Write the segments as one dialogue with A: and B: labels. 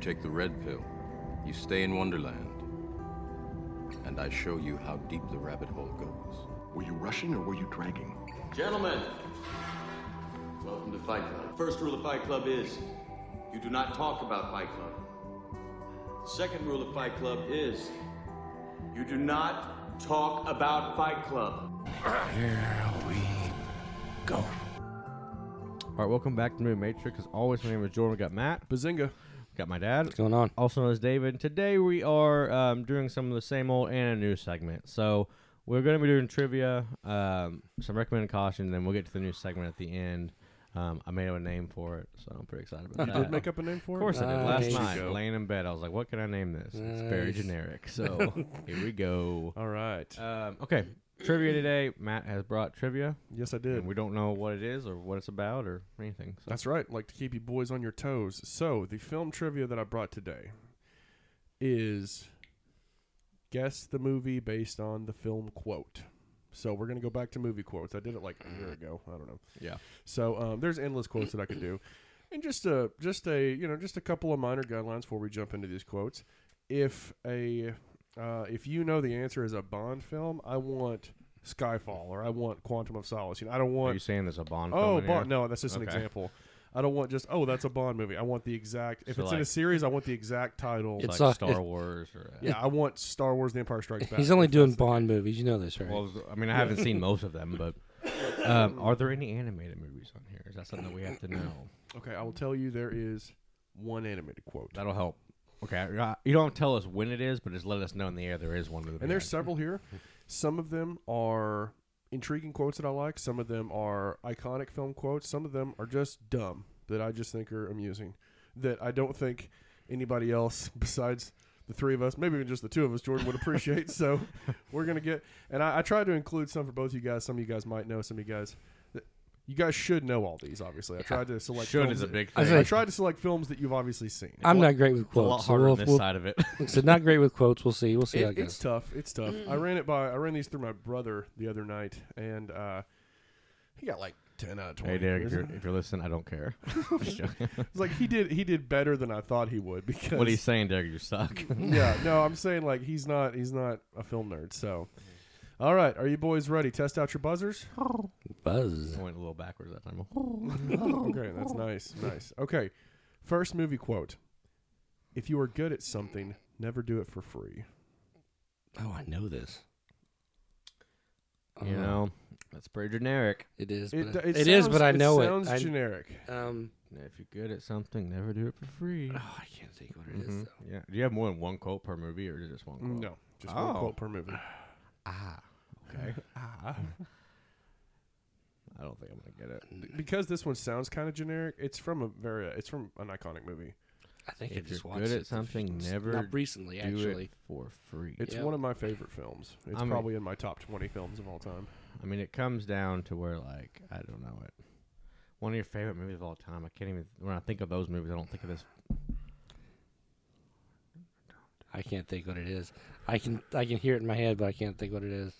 A: take the red pill, you stay in Wonderland, and I show you how deep the rabbit hole goes.
B: Were you rushing or were you dragging?
C: Gentlemen, welcome to Fight Club. First rule of Fight Club is you do not talk about Fight Club. Second rule of Fight Club is you do not talk about Fight Club.
D: Here we go.
E: All right, welcome back to Movie Matrix. As always, my name is Jordan. We got Matt.
D: Bazinga.
E: We got my dad. What's
F: going on?
E: Also known as David. Today we are um, doing some of the same old and a new segment. So we're going to be doing trivia, um, some recommended caution, and then we'll get to the new segment at the end. Um, I made up a name for it, so I'm pretty excited about
D: You
E: that.
D: did make up a name for it?
E: Of course I did.
F: Uh,
E: Last
F: here you
E: night,
D: go.
E: laying in bed, I was like, "What can I name this?" It's very
F: Nice.
E: generic. So here we go.
D: All right.
E: Um, okay, trivia today. Matt has brought trivia,
D: yes, I
E: and
D: did.
E: we don't know what it is or what it's about or anything. So
D: That's right. Like to keep you boys on your toes. So, the film trivia that I brought today is guess the movie based on the film quote. So, we're going to go back to movie quotes. I did it like a year ago. I don't know.
E: yeah,
D: So um, there's endless quotes that I could do, and just a just a you know just a couple of minor guidelines before we jump into these quotes. If a uh, if you know the answer is a Bond film, I want Skyfall or I want Quantum of Solace. You know, I don't
E: are you
D: want
E: saying there's a Bond? film
D: oh
E: in here?
D: Bond. No, that's just an
E: Okay.
D: example. I don't want just oh that's a Bond movie. I want the exact. If
E: So
D: it's in a
E: like-
D: series, I want the exact title.
E: It's
F: It's
E: like
F: a-
E: Star
F: it-
E: Wars or
D: yeah, I want Star Wars: The Empire Strikes Back.
F: He's only
D: if
F: doing
D: that's the-
F: Bond movies. You know this, right?
E: uh, Well, I mean, I haven't seen most of them, but um, are there any animated movies on here? Is that something that we have to know?
D: Okay, I will tell you there is one animated quote.
E: That'll help. Okay, I- you don't tell us when it is, but just let us know in the air there is one. to be
D: And there's
E: had.
D: several here. Some of them are intriguing quotes that I like. Some of them are iconic film quotes. Some of them are just dumb that I just think are amusing. That I don't think anybody else besides the three of us, maybe even just the two of us, Jordan would appreciate. so we're gonna get. And I, I tried to include some for both you guys. Some of you guys might know. Some of you guys, you guys should know all these. Obviously, I tried to select.
E: should
D: films
E: is a
D: that-
E: big
F: I
E: thing.
F: say-
D: I tried to select films that you've obviously seen.
F: I'm not great with
E: It's a
F: quotes.
E: lot
F: Oh, so
E: harder
F: we'll-
E: on this
F: we'll-
E: side of it.
F: so not great with quotes. We'll see. We'll see.
D: It-
F: how it
D: it's
F: goes.
D: tough. It's tough. I ran it by. I ran these through my brother the other night, and uh, he got like ten out of twenty.
E: hey, Derek, if
D: It's-
E: you're, if you're listening, I don't care. Just joking.
D: it's like he did. He did better than I thought he would because.
E: what are you saying, Derek? You suck.
D: yeah. No, I'm saying like he's not. He's not a film nerd. So, all right. Are you boys ready? Test out your buzzers.
F: Buzz.
E: I went a little backwards that time.
D: okay, that's nice. Nice. Okay. First movie quote: If you are good at something, never do it for free.
F: Oh, I know this.
E: You
F: Uh,
E: know, that's pretty generic.
F: it is.
D: It,
F: but I-
D: it
F: it is,
D: sounds-
F: but I know it.
D: Sounds
F: I-
D: generic.
F: um,
E: If you're good at something, never do it for free.
F: oh, I can't think what it is.
E: Mhm.
F: Though.
E: Yeah. Do you have more than one quote per movie, or is it just one quote?
D: No, just one
E: Oh.
D: quote per movie.
E: Ah. Okay. ah. I don't think I'm gonna get it.
D: because this one sounds kind of generic. It's from a very uh, it's from an iconic movie.
F: I think I
E: If
F: just
E: you're
F: watched
E: good
F: it.
E: at something,
F: It's
E: never
F: Not recently,
E: Do
F: actually.
E: it for free.
D: It's
F: Yeah.
D: one of my favorite films. It's
E: I'm a-
D: probably in my top twenty films of all time.
E: I mean, it comes down to where like I don't know it. One of your favorite movies of all time. I can't even. When I think of those movies, I don't think of this.
F: I can't think what it is. I can I can hear it in my head, but I can't think what it is.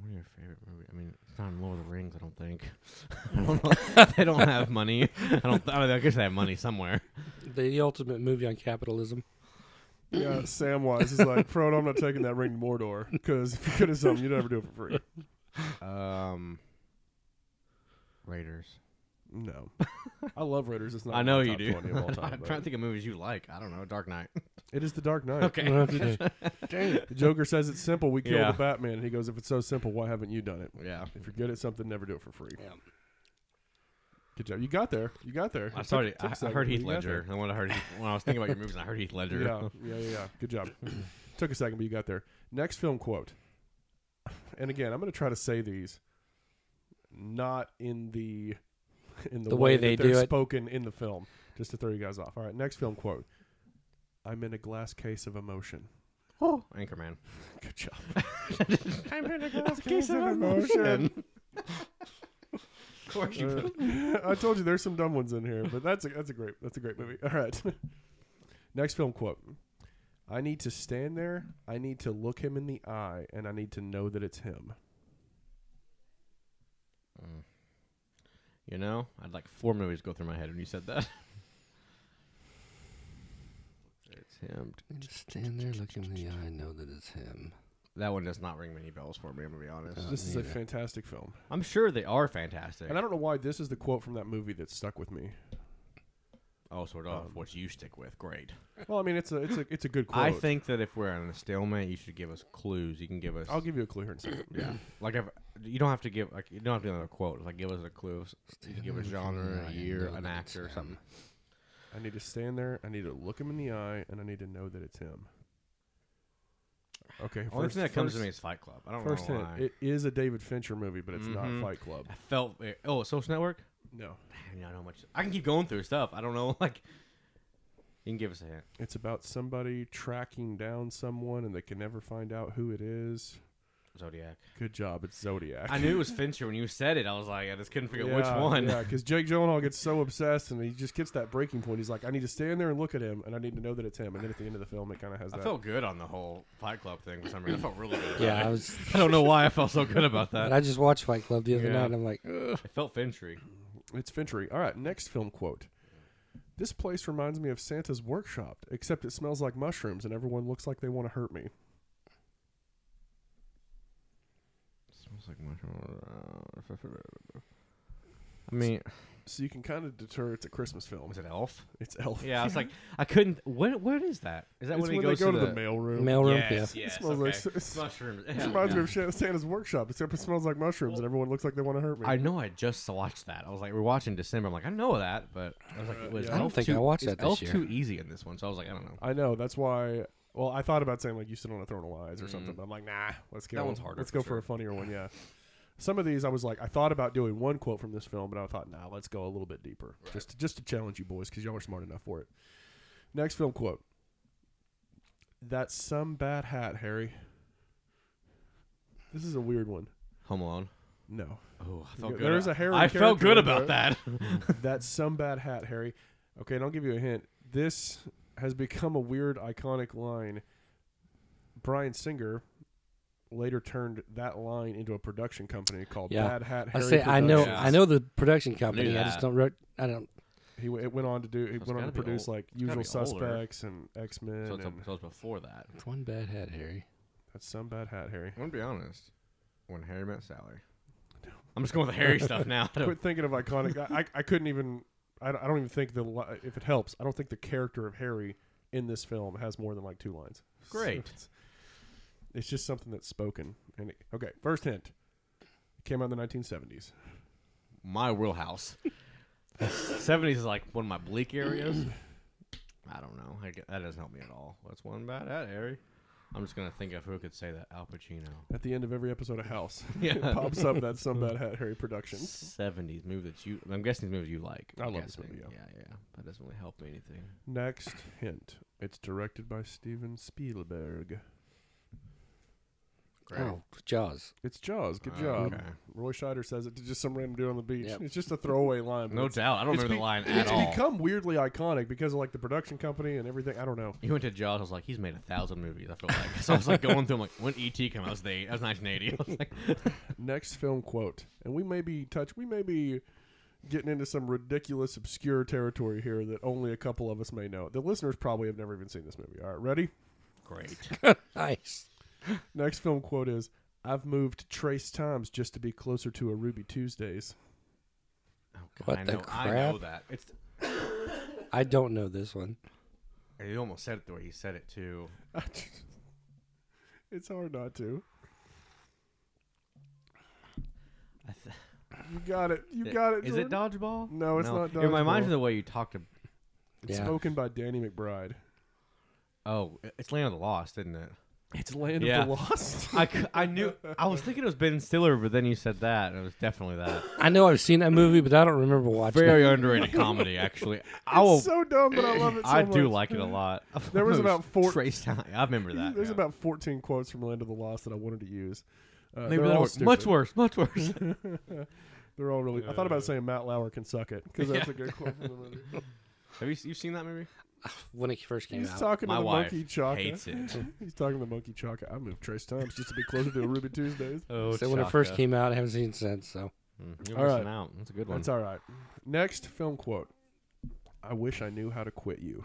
E: One of your favorite movies. I mean, it's not in Lord of the Rings. I don't think. I don't know. they don't have money. I don't. I, mean, I guess they have money somewhere.
F: The, the ultimate movie on capitalism.
D: Yeah, Samwise is like, Frodo, I'm not taking that ring to Mordor because if you're good at something, you never do it for free.
E: Um. Raiders.
D: No, I love Raiders. It's not.
E: I
D: in
E: know
D: my
E: you
D: top
E: do.
D: 20 of all time,
E: I'm
D: but
E: trying to think of movies you like. I don't know. Dark Knight.
D: It is The Dark Knight.
E: Okay.
F: Okay.
D: The Joker says it's simple. We killed
E: Yeah.
D: the Batman, and he goes, "If it's so simple, why haven't you done it?
E: Yeah.
D: If you're good at something, never do it for free."
F: Yeah.
D: Good job. You got there. You got there.
E: I
D: It
E: started.
D: took- took
E: I,
D: a
E: I
D: second,
E: heard
D: but
E: Heath
D: you got there.
E: Ledger. And when I heard Heath, when I was thinking about your movies, I heard Heath Ledger.
D: Yeah, yeah, yeah, yeah. Good job. Took a second, but you got there. Next film quote. And again, I'm going to try to say these, not in the in the,
F: The way they
D: that they're
F: do it.
D: spoken in the film, just to throw you guys off. All right, next film quote. I'm in a glass case of emotion.
E: Oh, Anchorman.
D: Good job.
E: I'm in a
D: glass case of emotion.
E: of course you.
D: Uh, I told you there's some dumb ones in here, but that's a, that's a great that's a great movie. All right. Next film quote. I need to stand there. I need to look him in the eye, and I need to know that it's him.
E: You know, I'd like four movies go through my head when you said that. It's him.
F: Just stand there, look him in the eye, know that it's him.
E: That one does not ring many bells for me. I'm gonna be honest.
F: Uh,
D: This is a
F: neither.
D: fantastic film.
E: I'm sure they are fantastic.
D: And I don't know why this is the quote from that movie that stuck with me.
E: Oh, sort of.
D: Um,
E: what you stick with, great.
D: Well, I mean, it's a it's a it's a good quote.
E: I think that if we're in a stalemate, you should give us clues. You can give us.
D: I'll give you a clue here in a second.
E: yeah. Like if you don't have to give, like you don't have to give another quote. Like give us a clue. of s- You can give a genre, a year, an actor, or something.
D: I need to stand there. I need to look him in the eye, and I need to know that it's him. Okay.
E: Only
D: first-
E: thing that comes to
D: first-
E: me is Fight Club. I don't
D: First
E: know
D: hint.
E: why.
D: It is a David Fincher movie, but it's
E: Mhm.
D: not Fight Club.
E: I felt. ve- Oh, Social Network.
D: No,
E: Man, I don't know much. I can keep going through stuff. I don't know. Like, you can give us a hint.
D: it's about somebody tracking down someone, and they can never find out who it is.
E: Zodiac.
D: Good job. It's Zodiac.
E: I knew it was Fincher when you said it. I was like, I just couldn't figure out
D: Yeah,
E: which one.
D: Yeah, because Jake Gyllenhaal gets so obsessed, and he just gets that breaking point. He's like, I need to stand there and look at him, and I need to know that it's him. And then at the end of the film, it kind of has
E: I
D: that.
E: felt good on the whole Fight Club thing for some reason. I felt really good. About
F: Yeah,
E: it.
F: I was.
E: I don't know why I felt so good about
F: But
D: Uh,
E: that.
F: I just watched Fight Club the other
E: Yeah.
F: night. and I'm like, Ugh.
E: It felt Fintry.
D: It's Fintry. All right, next film quote. This place reminds me of Santa's workshop, except it smells like mushrooms, and everyone looks like they want to hurt me.
E: Smells like
D: uh,
E: I mean,
D: So you can kind of deter it's a Christmas film.
E: was it Elf?
D: It's Elf.
E: Yeah, I was like, I couldn't. What? What is that? Is that
D: it's
E: when, he
D: when
E: goes
D: they go to the,
E: the
D: mailroom.
F: mailroom.
E: Yes,
F: yeah.
E: yes.
D: It smells like
E: okay.
D: s-
E: mushrooms.
D: It reminds me of Shan- Santa's workshop, except it smells like mushrooms, and everyone looks like they want to hurt me.
E: I know. I just watched that. I was like, we're watching December. I'm like, I know that, but I was like, it was
D: yeah.
F: Uh, I don't
E: Elf
F: think
E: too,
F: I watched
E: is
F: that this
E: Elf
F: year.
E: too easy in this one, so I was like, I don't know.
D: I know. That's why. Well, I thought about saying like you sit on a throne of lies or something, but I'm like, nah, let's
E: Mm-hmm.
D: go.
E: That one's harder
D: Let's
E: for
D: go for
E: sure.
D: a funnier one. Yeah. Some of these, I was like, I thought about doing one quote from this film, but I thought, nah, let's go a little bit deeper, just to, just to challenge you boys, because y'all are smart enough for it. Next film quote. That's some bad hat, Harry. This is a weird one.
E: Home Alone.
D: No,
E: Oh, I felt good.
D: There's
E: a-
D: a Harry
E: I felt
D: character
E: good
D: in
E: about that.
D: that's some bad hat, Harry. Okay, and I'll give you a hint. This has become a weird, iconic line. Brian Singer later turned that line into a production company called
F: Yeah.
D: Bad Hat
F: I
D: Harry.
F: say I know.
D: Productions.
F: I know the production company. I
E: that.
F: just don't. Re- I don't.
D: He w- it went on to do. It
E: it's
D: went on
E: gotta
D: to
E: be
D: produce
E: old-
D: like
E: it's gotta
D: Usual
E: be older.
D: Suspects and X Men.
E: so, it's a,
D: and
E: so it's before that.
F: It's one bad hat, Harry.
D: that's some bad hat, Harry.
E: I'm gonna be honest. When Harry met Sally, I'm just going with the Harry stuff now. I don't-
D: Quit thinking of iconic. I, I, I couldn't even. I don't, I don't even think the li- if it helps. I don't think the character of Harry in this film has more than like two lines. So
E: Great.
D: it's, it's just something that's spoken. And it, okay, first hint. It came out in the 1970s.
E: my wheelhouse. Seventies is like one of my bleak areas. I don't know. I gue- that doesn't help me at all. What's one bad at Harry? I'm just gonna think of who could say that. Al Pacino.
D: At the end of every episode of House, it
E: Yeah.
D: pops up that some bad hat Harry Productions.
E: Seventies movie that you. I'm guessing these movies you like.
D: I
E: I'm
D: love this
E: guessing.
D: movie,
E: Yeah, yeah. That doesn't really help me anything.
D: Next hint. It's directed by Steven Spielberg.
F: Oh, Jaws.
D: It's Jaws. Good
E: Oh,
D: job.
E: okay.
D: Roy Scheider says it to just some random dude on the beach.
F: Yep.
D: It's just a throwaway line. but
E: No
D: it's-
E: doubt. I don't
D: it's
E: remember
D: be-
E: the line at
D: it's
E: all.
D: become weirdly iconic because of like the production company and everything. I don't know.
E: he went to Jaws. I was like, he's made a thousand movies. I feel like. So I was like going through. I'm like, when ET came out, I was the that was 1980. I was like,
D: Next film quote, and we may be touch. We may be getting into some ridiculous, obscure territory here that only a couple of us may know. The listeners probably have never even seen this movie. All right, ready?
E: great. Oh,
F: Nice.
D: Next film quote is. I've moved trace times just to be closer to a Ruby Tuesdays.
E: Oh, God,
F: What
E: I
F: the
E: know, I know
F: crap?
E: that. It's.
F: I don't know this one.
E: He almost said it the way he said it too.
D: it's hard not to.
E: I th-
D: You got it. You got it.
E: Is it
D: Jordan.
E: dodgeball?
D: No, it's not
E: It reminds me
D: dodgeball.
E: of the way you talked to.
D: It's
F: Yeah.
D: spoken by Danny McBride.
E: Oh, it's Land of the Lost, isn't it?
D: It's Land
E: Yeah.
D: of the Lost.
E: I, c- I knew. I was thinking it was Ben Stiller, but then you said that, and it was definitely that.
F: I know I've seen that movie, but I don't remember watching it.
E: Very underrated comedy, actually. I will.
D: It's so dumb, but I love it. So
E: I do
D: much.
E: like it a lot.
D: There was
E: Those
D: about four-
E: Trace time. I remember that.
D: There's
E: yeah.
D: about 14 quotes from Land of the Lost that I wanted to use. Uh,
E: Maybe
D: they're
E: that
D: all
E: was much
D: stupid.
E: worse. Much worse.
D: They're all really. I thought about saying Matt Lauer can suck it because that's a good quote from the movie.
E: Have you you've seen that movie?
F: when it first came
D: He's
F: out.
D: talking
E: My
D: to the
E: wife
D: monkey Chaka.
E: hates it.
D: He's talking to the monkey Chaka. I moved Trace Times just to be closer to a Ruby Tuesdays.
E: Oh,
F: so when it first came out, I haven't seen it since. So
E: you're
D: All
E: missing
D: right.
E: out. That's a good one.
D: That's all right. Next film quote. I wish I knew how to quit you.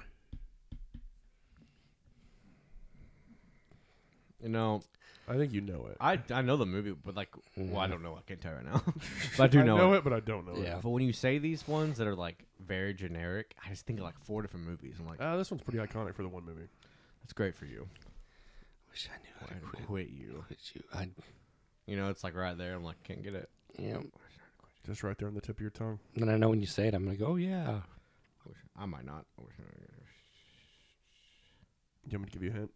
E: You know,
D: I think you know it.
E: I I know the movie, but like, well, I don't know. I can't tell you right now, but I do know, it.
D: it, but I don't know it.
F: Yeah.
E: But when you say these ones that are like very generic, I just think of like four different movies. I'm like,
D: Uh, this one's pretty iconic for the one movie.
E: that's great for you.
F: Wish I knew how
E: I
F: to quit.
E: quit you.
F: quit you. I,
E: You know, it's like right there. I'm like, can't get it.
F: yeah.
D: Just right there on the tip of your tongue.
F: Then I know when you say it, I'm gonna go, oh, yeah.
E: I, wish, I might not. I, wish
D: Do you want me to give you a hint?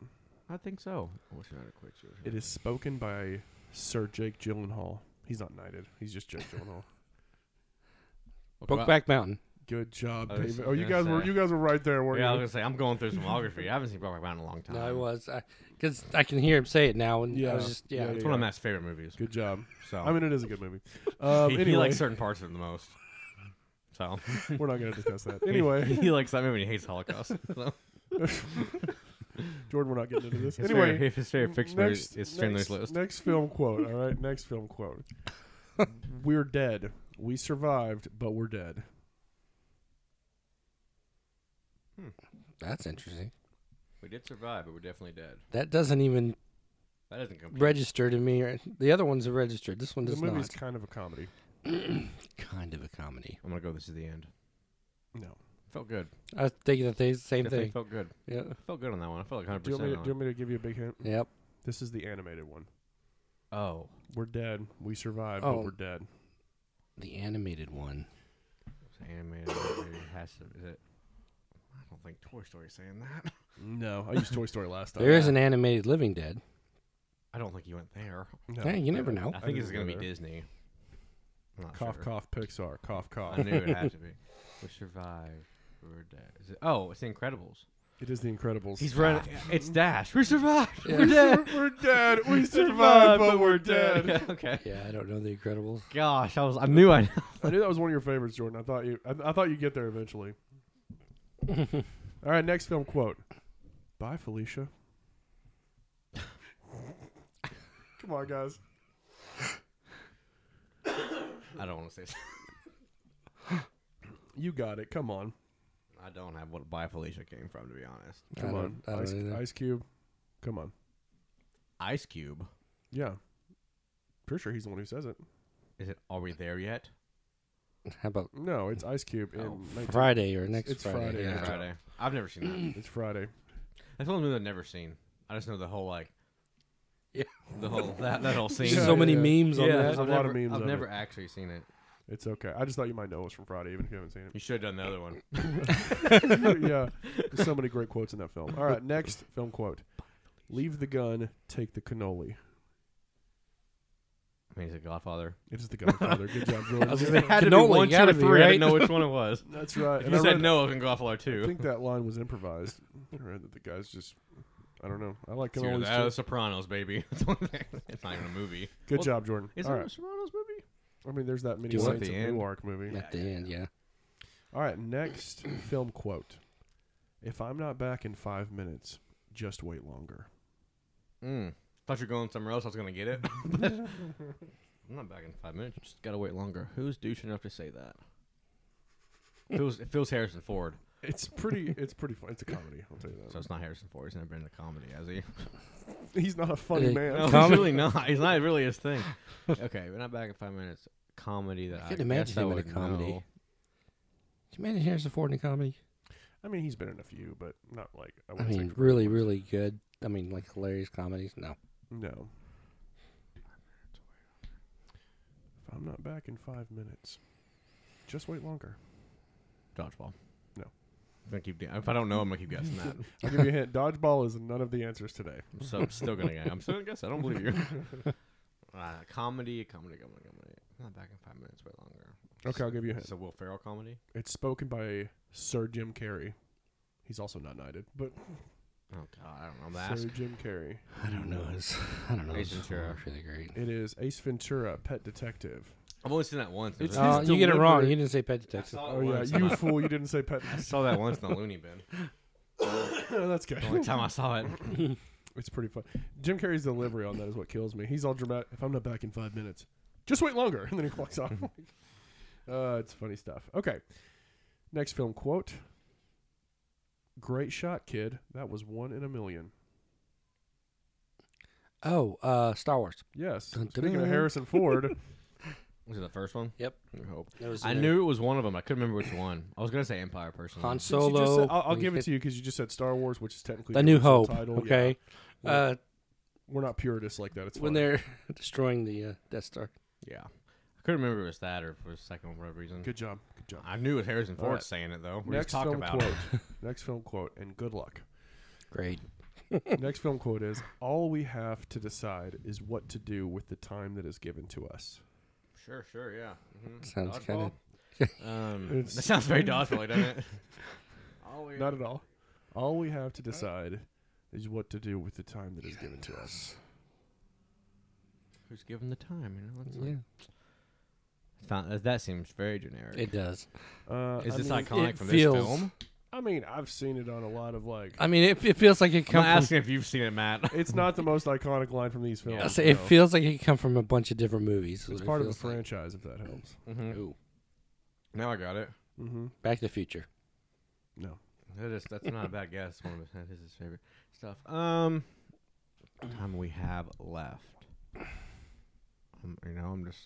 E: I, I think so. I wish I had quit you.
D: It is spoken by Sir Jake Gyllenhaal. He's not knighted. He's just Jake Gyllenhaal.
E: Okay, well-
F: Brokeback Mountain.
D: Good job,
E: I was
D: David. Oh, you
E: gonna
D: guys were
E: say.
D: you guys were right there, weren't
E: Yeah, I was
D: you?
E: gonna say I'm going through his filmography. I haven't seen Brokeback Mountain in a long time.
F: No, I was. Because I, can hear him say it now. And I
D: Yeah.
F: was just, yeah.
D: Yeah,
E: It's one of Matt's favorite movies.
D: Good job.
E: So
D: I mean, it is a good movie. Um,
E: he, he
D: anyway,
E: likes certain parts of it the most. So
D: we're not going to discuss that.
E: he-
D: Anyway,
E: he likes that movie. and He hates Holocaust. So.
D: Jordan, we're not getting into this.
E: His
D: anyway,
E: favorite, his favorite fiction movie
D: next,
E: is Schindler's
D: next,
E: List.
D: next film quote. All right, next film quote. we're dead. We survived, but we're dead.
F: That's interesting.
E: We did survive, but we're definitely dead.
F: That doesn't even
E: That doesn't compute.
F: register to me. Or, the other ones are registered. This one
D: The
F: does
D: movie's
F: not.
D: kind of a comedy.
F: Kind of a comedy.
E: I'm gonna go. This is the end.
D: No.
E: Felt good.
F: I was thinking that they same
E: Definitely
F: thing.
E: felt good.
F: Yeah.
E: Felt good on that one. I felt like 100.
D: Do you, want me to, do you
E: percent
D: want me to give you a big hint?
F: Yep.
D: This is the animated one.
E: Oh,
D: We're dead. We survived,
F: Oh.
D: but we're dead.
F: The animated one.
E: it's animated. movie. It has to. Is it? I don't think Toy Story's saying that.
D: No, I used Toy Story last time.
F: There is an animated Living Dead.
E: I don't think he went there.
D: No.
F: Hey, you never know.
E: I think it's
D: didn't
E: gonna
D: go
E: be
D: there.
E: Disney. I'm not
D: Cough,
E: sure.
D: cough, Pixar. Cough, cough.
E: I knew it had to be. We survived. We're dead. Is it, oh, it's the Incredibles.
D: It is The Incredibles.
E: He's running. It's Dash. We survived. We're
D: we're,
E: dead.
D: we're dead. We survived,
E: Survived,
D: but we're dead.
E: Yeah, okay.
F: Yeah, I don't know the Incredibles.
E: Gosh, I was. I knew I.
D: I knew that was one of your favorites, Jordan. I thought you. I, I thought you'd get there eventually. All right, next film quote. Bye, Felicia. Come on, guys.
E: I don't want to say. something.
D: You got it. Come on.
E: I don't have what By Felicia came from, to be honest.
F: I
D: Come on.
F: don't- I don't
D: Ice,
F: either.
D: Ice Cube. Come on.
E: Ice Cube.
D: Yeah. Pretty sure he's the one who says it.
E: Is it? Are we there yet?
F: How about
D: No, it's Ice Cube. In
E: Oh,
D: 19
F: Friday or next
D: it's
F: Friday?
D: Friday,
F: Yeah.
D: yeah.
E: Friday. I've never seen that.
D: It's Friday.
E: That's one movie I've never seen. I just know the whole like.
F: Yeah.
E: The whole that that whole scene.
F: There's
D: Yeah,
F: so many
D: yeah.
F: memes on
E: Yeah,
F: that.
D: a
E: I've
D: lot
E: never,
D: of memes
E: I've
D: of
E: never actually seen it.
D: It's okay. I just thought you might know it was from Friday, even if you haven't seen
E: You should have done the other one.
D: it. yeah. There's so many great quotes in that film. All right, next film quote. Leave the gun, take the cannoli.
E: I mean, he's a Godfather.
D: It is the Godfather. Good job,
E: I was
D: Jordan.
E: gonna say, had to be
F: Cannoli,
E: one, two,
F: gotta
E: or
F: be,
E: three. I
F: right?
E: didn't know which one it was.
D: That's right.
E: If
D: And
E: you
D: I
E: said
D: read-
E: no, I can go off all our
D: I
E: two.
D: think that line was improvised. I read that the guys just. I don't know. I like
E: It's either
D: cannolis.
E: that or The
D: too.
E: Sopranos, baby. That's the only thing. it's not even a movie.
D: Good
E: Well,
D: job, Jordan.
E: Is
D: All
E: it
D: right.
E: a Sopranos movie?
D: I mean, there's that many
E: Do you want
D: lines
E: the
D: of
E: end?
D: Newark movie.
F: At the end, yeah.
D: All right, next film quote. If I'm not back in five minutes, just wait longer.
E: Mm. Thought you were going somewhere else. I was gonna get it. But I'm not back in five minutes. Just gotta wait longer. Who's douchey enough to say that? If it was, if it was Harrison Ford,
D: It's pretty. It's pretty fun. It's a comedy. I'll tell you
E: so
D: that.
E: it's not Harrison Ford. He's never been in a comedy, has he?
D: He's not a funny
F: Hey,
D: man.
E: No, he's
F: Comedy.
E: really not. He's not really his thing. Okay, we're not back in five minutes. Comedy that I,
F: I could
E: guess
F: imagine
E: I
F: him in a
E: would
F: comedy.
E: know.
F: Did you imagine Harrison Ford in comedy?
D: I mean, he's been in a few, but not Oh, like I
F: I
D: wouldn't say
F: mean,
D: great
F: really,
D: ones.
F: really good. I mean, like hilarious comedies. No.
D: No. If I'm not back in five minutes, just wait longer.
E: Dodgeball.
D: No.
E: I'm gonna keep. If I don't know, I'm gonna keep guessing that.
D: I'll give you a hint. Dodgeball is none of the answers today.
E: So I'm still gonna guess. I'm still gonna guess. I don't believe you. uh, comedy, comedy, comedy, comedy. I'm not back in five minutes, but longer.
D: Okay, I'll give you a hint.
E: It's a Will Ferrell comedy.
D: It's spoken by Sir Jim Carrey. He's also not knighted, but
E: Oh God, I don't know. I'm gonna ask.
D: Sir Jim Carrey.
F: I don't know. His, I don't know.
E: Ace
F: his
E: Ventura.
F: filmography that great.
D: It is Ace Ventura, Pet Detective.
E: I've only seen that once. It
D: It's
E: was-
F: Oh,
D: his
F: you get it wrong.
D: delivery-
F: You didn't say Pet
E: I
F: Detective.
E: saw it
D: Oh yeah,
E: once.
D: you fool! You didn't say Pet.
E: I saw that once in the Looney Bin.
D: That's good.
E: The only time I saw it.
D: It's pretty fun. Jim Carrey's delivery on that is what kills me. He's all dramatic. If I'm not back in five minutes, just wait longer, and then he walks off. uh, it's funny stuff. Okay, next film quote. Great shot, kid. That was one in a million.
F: Oh, uh, Star Wars.
D: Yes.
F: Dun, dun,
D: Speaking of
F: dun.
D: Harrison Ford,
E: Was it the first one?
F: Yep.
E: I hope.
F: That was
E: I
F: in
E: knew it was one of them. I couldn't remember which one. I was gonna say Empire personally.
F: Han
D: since you
F: Solo.
D: just said- I'll, I'll give it to you because you just said Star Wars, which is technically
F: The New
D: original
F: Hope.
D: title. Yeah.
F: Okay. Uh,
D: we're not purists like that. It's
F: when
D: fine.
F: they're destroying the uh, Death Star.
E: Yeah. I couldn't remember if it was that or if it was the second one for whatever reason.
D: good job. Good job.
E: I knew it was Harrison Ford
D: right.
E: saying it though. We
D: Next
E: just talked
D: film
E: about
D: quote.
E: it.
D: Next film quote, and good luck.
F: Great.
D: Next film quote is: "All we have to decide is what to do with the time that is given to us."
E: Sure, sure, yeah. Mhm.
F: Sounds kinda-
E: Dodgeball? Um, that sounds very dodgeball, doesn't it? All we-
D: Not at all. All we have to decide is what to do with the time that is given to us.
E: Who's given the time? You know, it's
F: Yeah,
E: like, Found- that- that seems very generic.
F: it does.
D: Uh,
E: Is
D: I
E: this
D: mean,
E: iconic
F: it
E: from
F: feels-
E: this film?
D: I mean, I've seen it on a lot of like.
F: I mean, it, it feels like it
E: I'm not
F: comes.
E: asking if you've seen it, Matt.
D: It's not the most iconic line from these
F: From, I
D: films.
F: say it
D: no.
F: feels like it come from a bunch of different movies.
D: It's
F: is what it
D: part of a
F: feels like.
D: franchise, if that helps.
E: Mhm.
F: Ooh.
E: Now I got it.
D: Mm-hmm.
F: Back to the Future.
D: No.
E: That is, that's not a bad guess. It's One of his, that is his favorite stuff. Um, time we have left. Um, you know, I'm just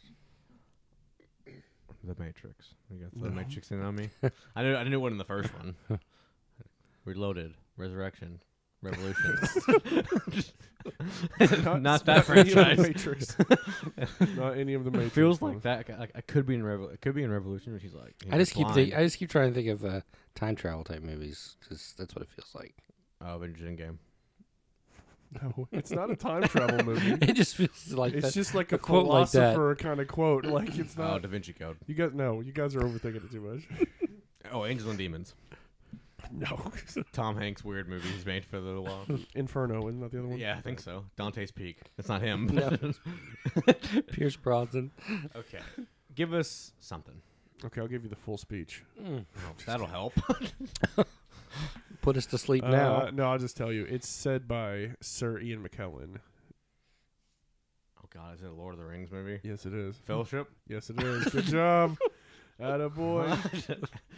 E: the Matrix. You got the Matrix in on me. I knew I knew it wasn't the first one. Reloaded, Resurrection, Revolution. not, that
D: any of the
E: franchise.
D: Matrix. not any of the Matrix.
E: Feels like
D: films.
E: that. I, I could be in Revol- It could be in Revolution, which he's like.
F: I just keep
E: thinking.
F: think, I just keep trying to think of uh, time travel type movies because that's what it feels like.
E: oh, Avengers Endgame.
D: No, it's not a time travel movie.
F: it just feels like
D: It's
F: that.
D: just like a,
F: a quote like that.
D: philosopher kind of quote. Like it's
E: Oh,
D: not.
E: Da Vinci Code.
D: You guys, no, you guys are overthinking it too much.
E: Oh, Angels and Demons.
D: No,
E: Tom Hanks weird movie he's made for a little while.
D: Inferno isn't that the other one?
E: yeah, I think so. Dante's Peak. That's not him.
F: No. Pierce Brosnan.
E: okay. Give us something.
D: Okay, I'll give you the full speech.
E: Oh, that'll help.
F: Put us to sleep
D: Uh,
F: now.
D: no, I'll just tell you. It's said by Sir Ian McKellen.
E: oh God, is it a Lord of the Rings movie?
D: Yes, it is.
E: Fellowship.
D: Yes, it is. Good job, boy.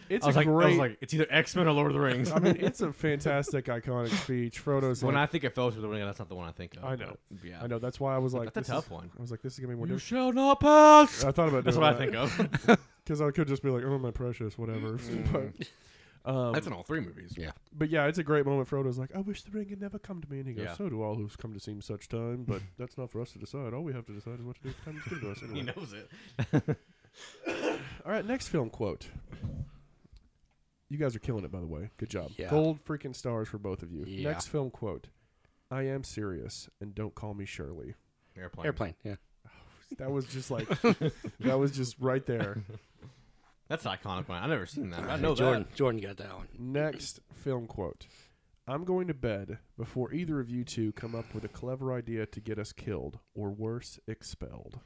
D: It's
E: I was
D: a
E: like, I
D: great.
E: was
D: I,
E: like, it's either X Men or Lord of the Rings.
D: mean, it's a fantastic, iconic speech. Frodo's
E: when
D: like,
E: I think of Fellowship of the Ring, that's not the one I think of.
D: I know.
E: but Yeah.
D: I know. That's why I was like,
E: That's a
D: this
E: tough
D: is-
E: one.
D: I was like, this is gonna be more
E: You shall
D: difficult.
E: not pass.
D: I thought about
E: That's
D: doing
E: what I
D: that.
E: think of. Mm.
D: because I could just be like, "Oh my precious," whatever. but, um,
E: that's in all three movies.
F: Yeah.
D: but yeah, it's a great moment. Frodo's like, "I wish the ring had never come to me," and he goes,
E: Yeah.
D: "So do all who's come to seem such time." But that's not for us to decide. All we have to decide is what to do with the time that's given to us.
E: He knows
D: Anyway.
E: it.
D: All right, next film quote. You guys are killing it, by the way. Good job.
F: Yeah.
D: Gold freaking stars for both of you.
F: Yeah.
D: Next film quote. I am serious, and don't call me Shirley.
E: Airplane.
F: Airplane. Yeah.
D: That was just like, that was just right there.
E: That's an iconic one. I've never seen that. but I know Oh, that.
F: Jordan. Jordan got that one.
D: Next film quote. I'm going to bed before either of you two come up with a clever idea to get us killed or worse, expelled.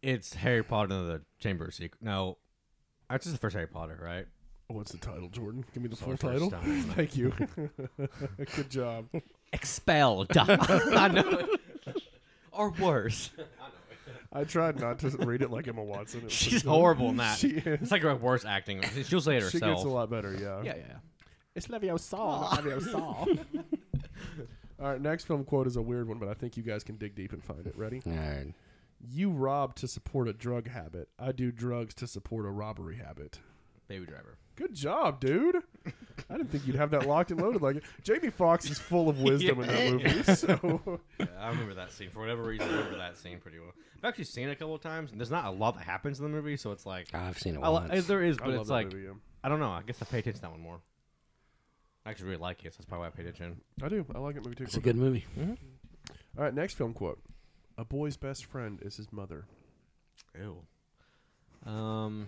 E: It's Harry Potter and the Chamber of Secrets. No, that's just the first Harry Potter, right?
D: What's the title, Jordan? Give me the full
E: Sorcerer's
D: title.
E: Stone.
D: Thank you. Good job.
E: Expelled. I know it. Or worse.
D: I tried not to read it like Emma Watson. It was
E: She's
D: just-
E: horrible in that.
D: She is.
E: It's like her worst acting. She'll say it
D: She
E: herself.
D: gets a lot better, yeah.
E: Yeah, yeah, yeah.
D: It's Leviosa. Leviosa. All right, next film quote is a weird one, but I think you guys can dig deep and find it. Ready?
F: All right.
D: You rob to support a drug habit. I do drugs to support a robbery habit.
E: Baby Driver.
D: Good job, dude. I didn't think you'd have that locked and loaded like it. Jamie Foxx is full of wisdom in that movie. So
E: Yeah, I remember that scene. For whatever reason, I remember that scene pretty well. I've actually seen it a couple of times, and there's not a lot that happens in the movie, so it's like.
F: I've seen it
E: I li-
F: once.
E: there is, but
D: love
E: it's
D: that
E: like.
D: movie, yeah.
E: I don't know. I guess I pay attention to that one more. I actually really like it, so that's probably why I paid attention.
D: I do. I like that movie too.
F: It's a good movie.
D: All right, next film quote. A boy's best friend is his mother.
E: Ew. Um,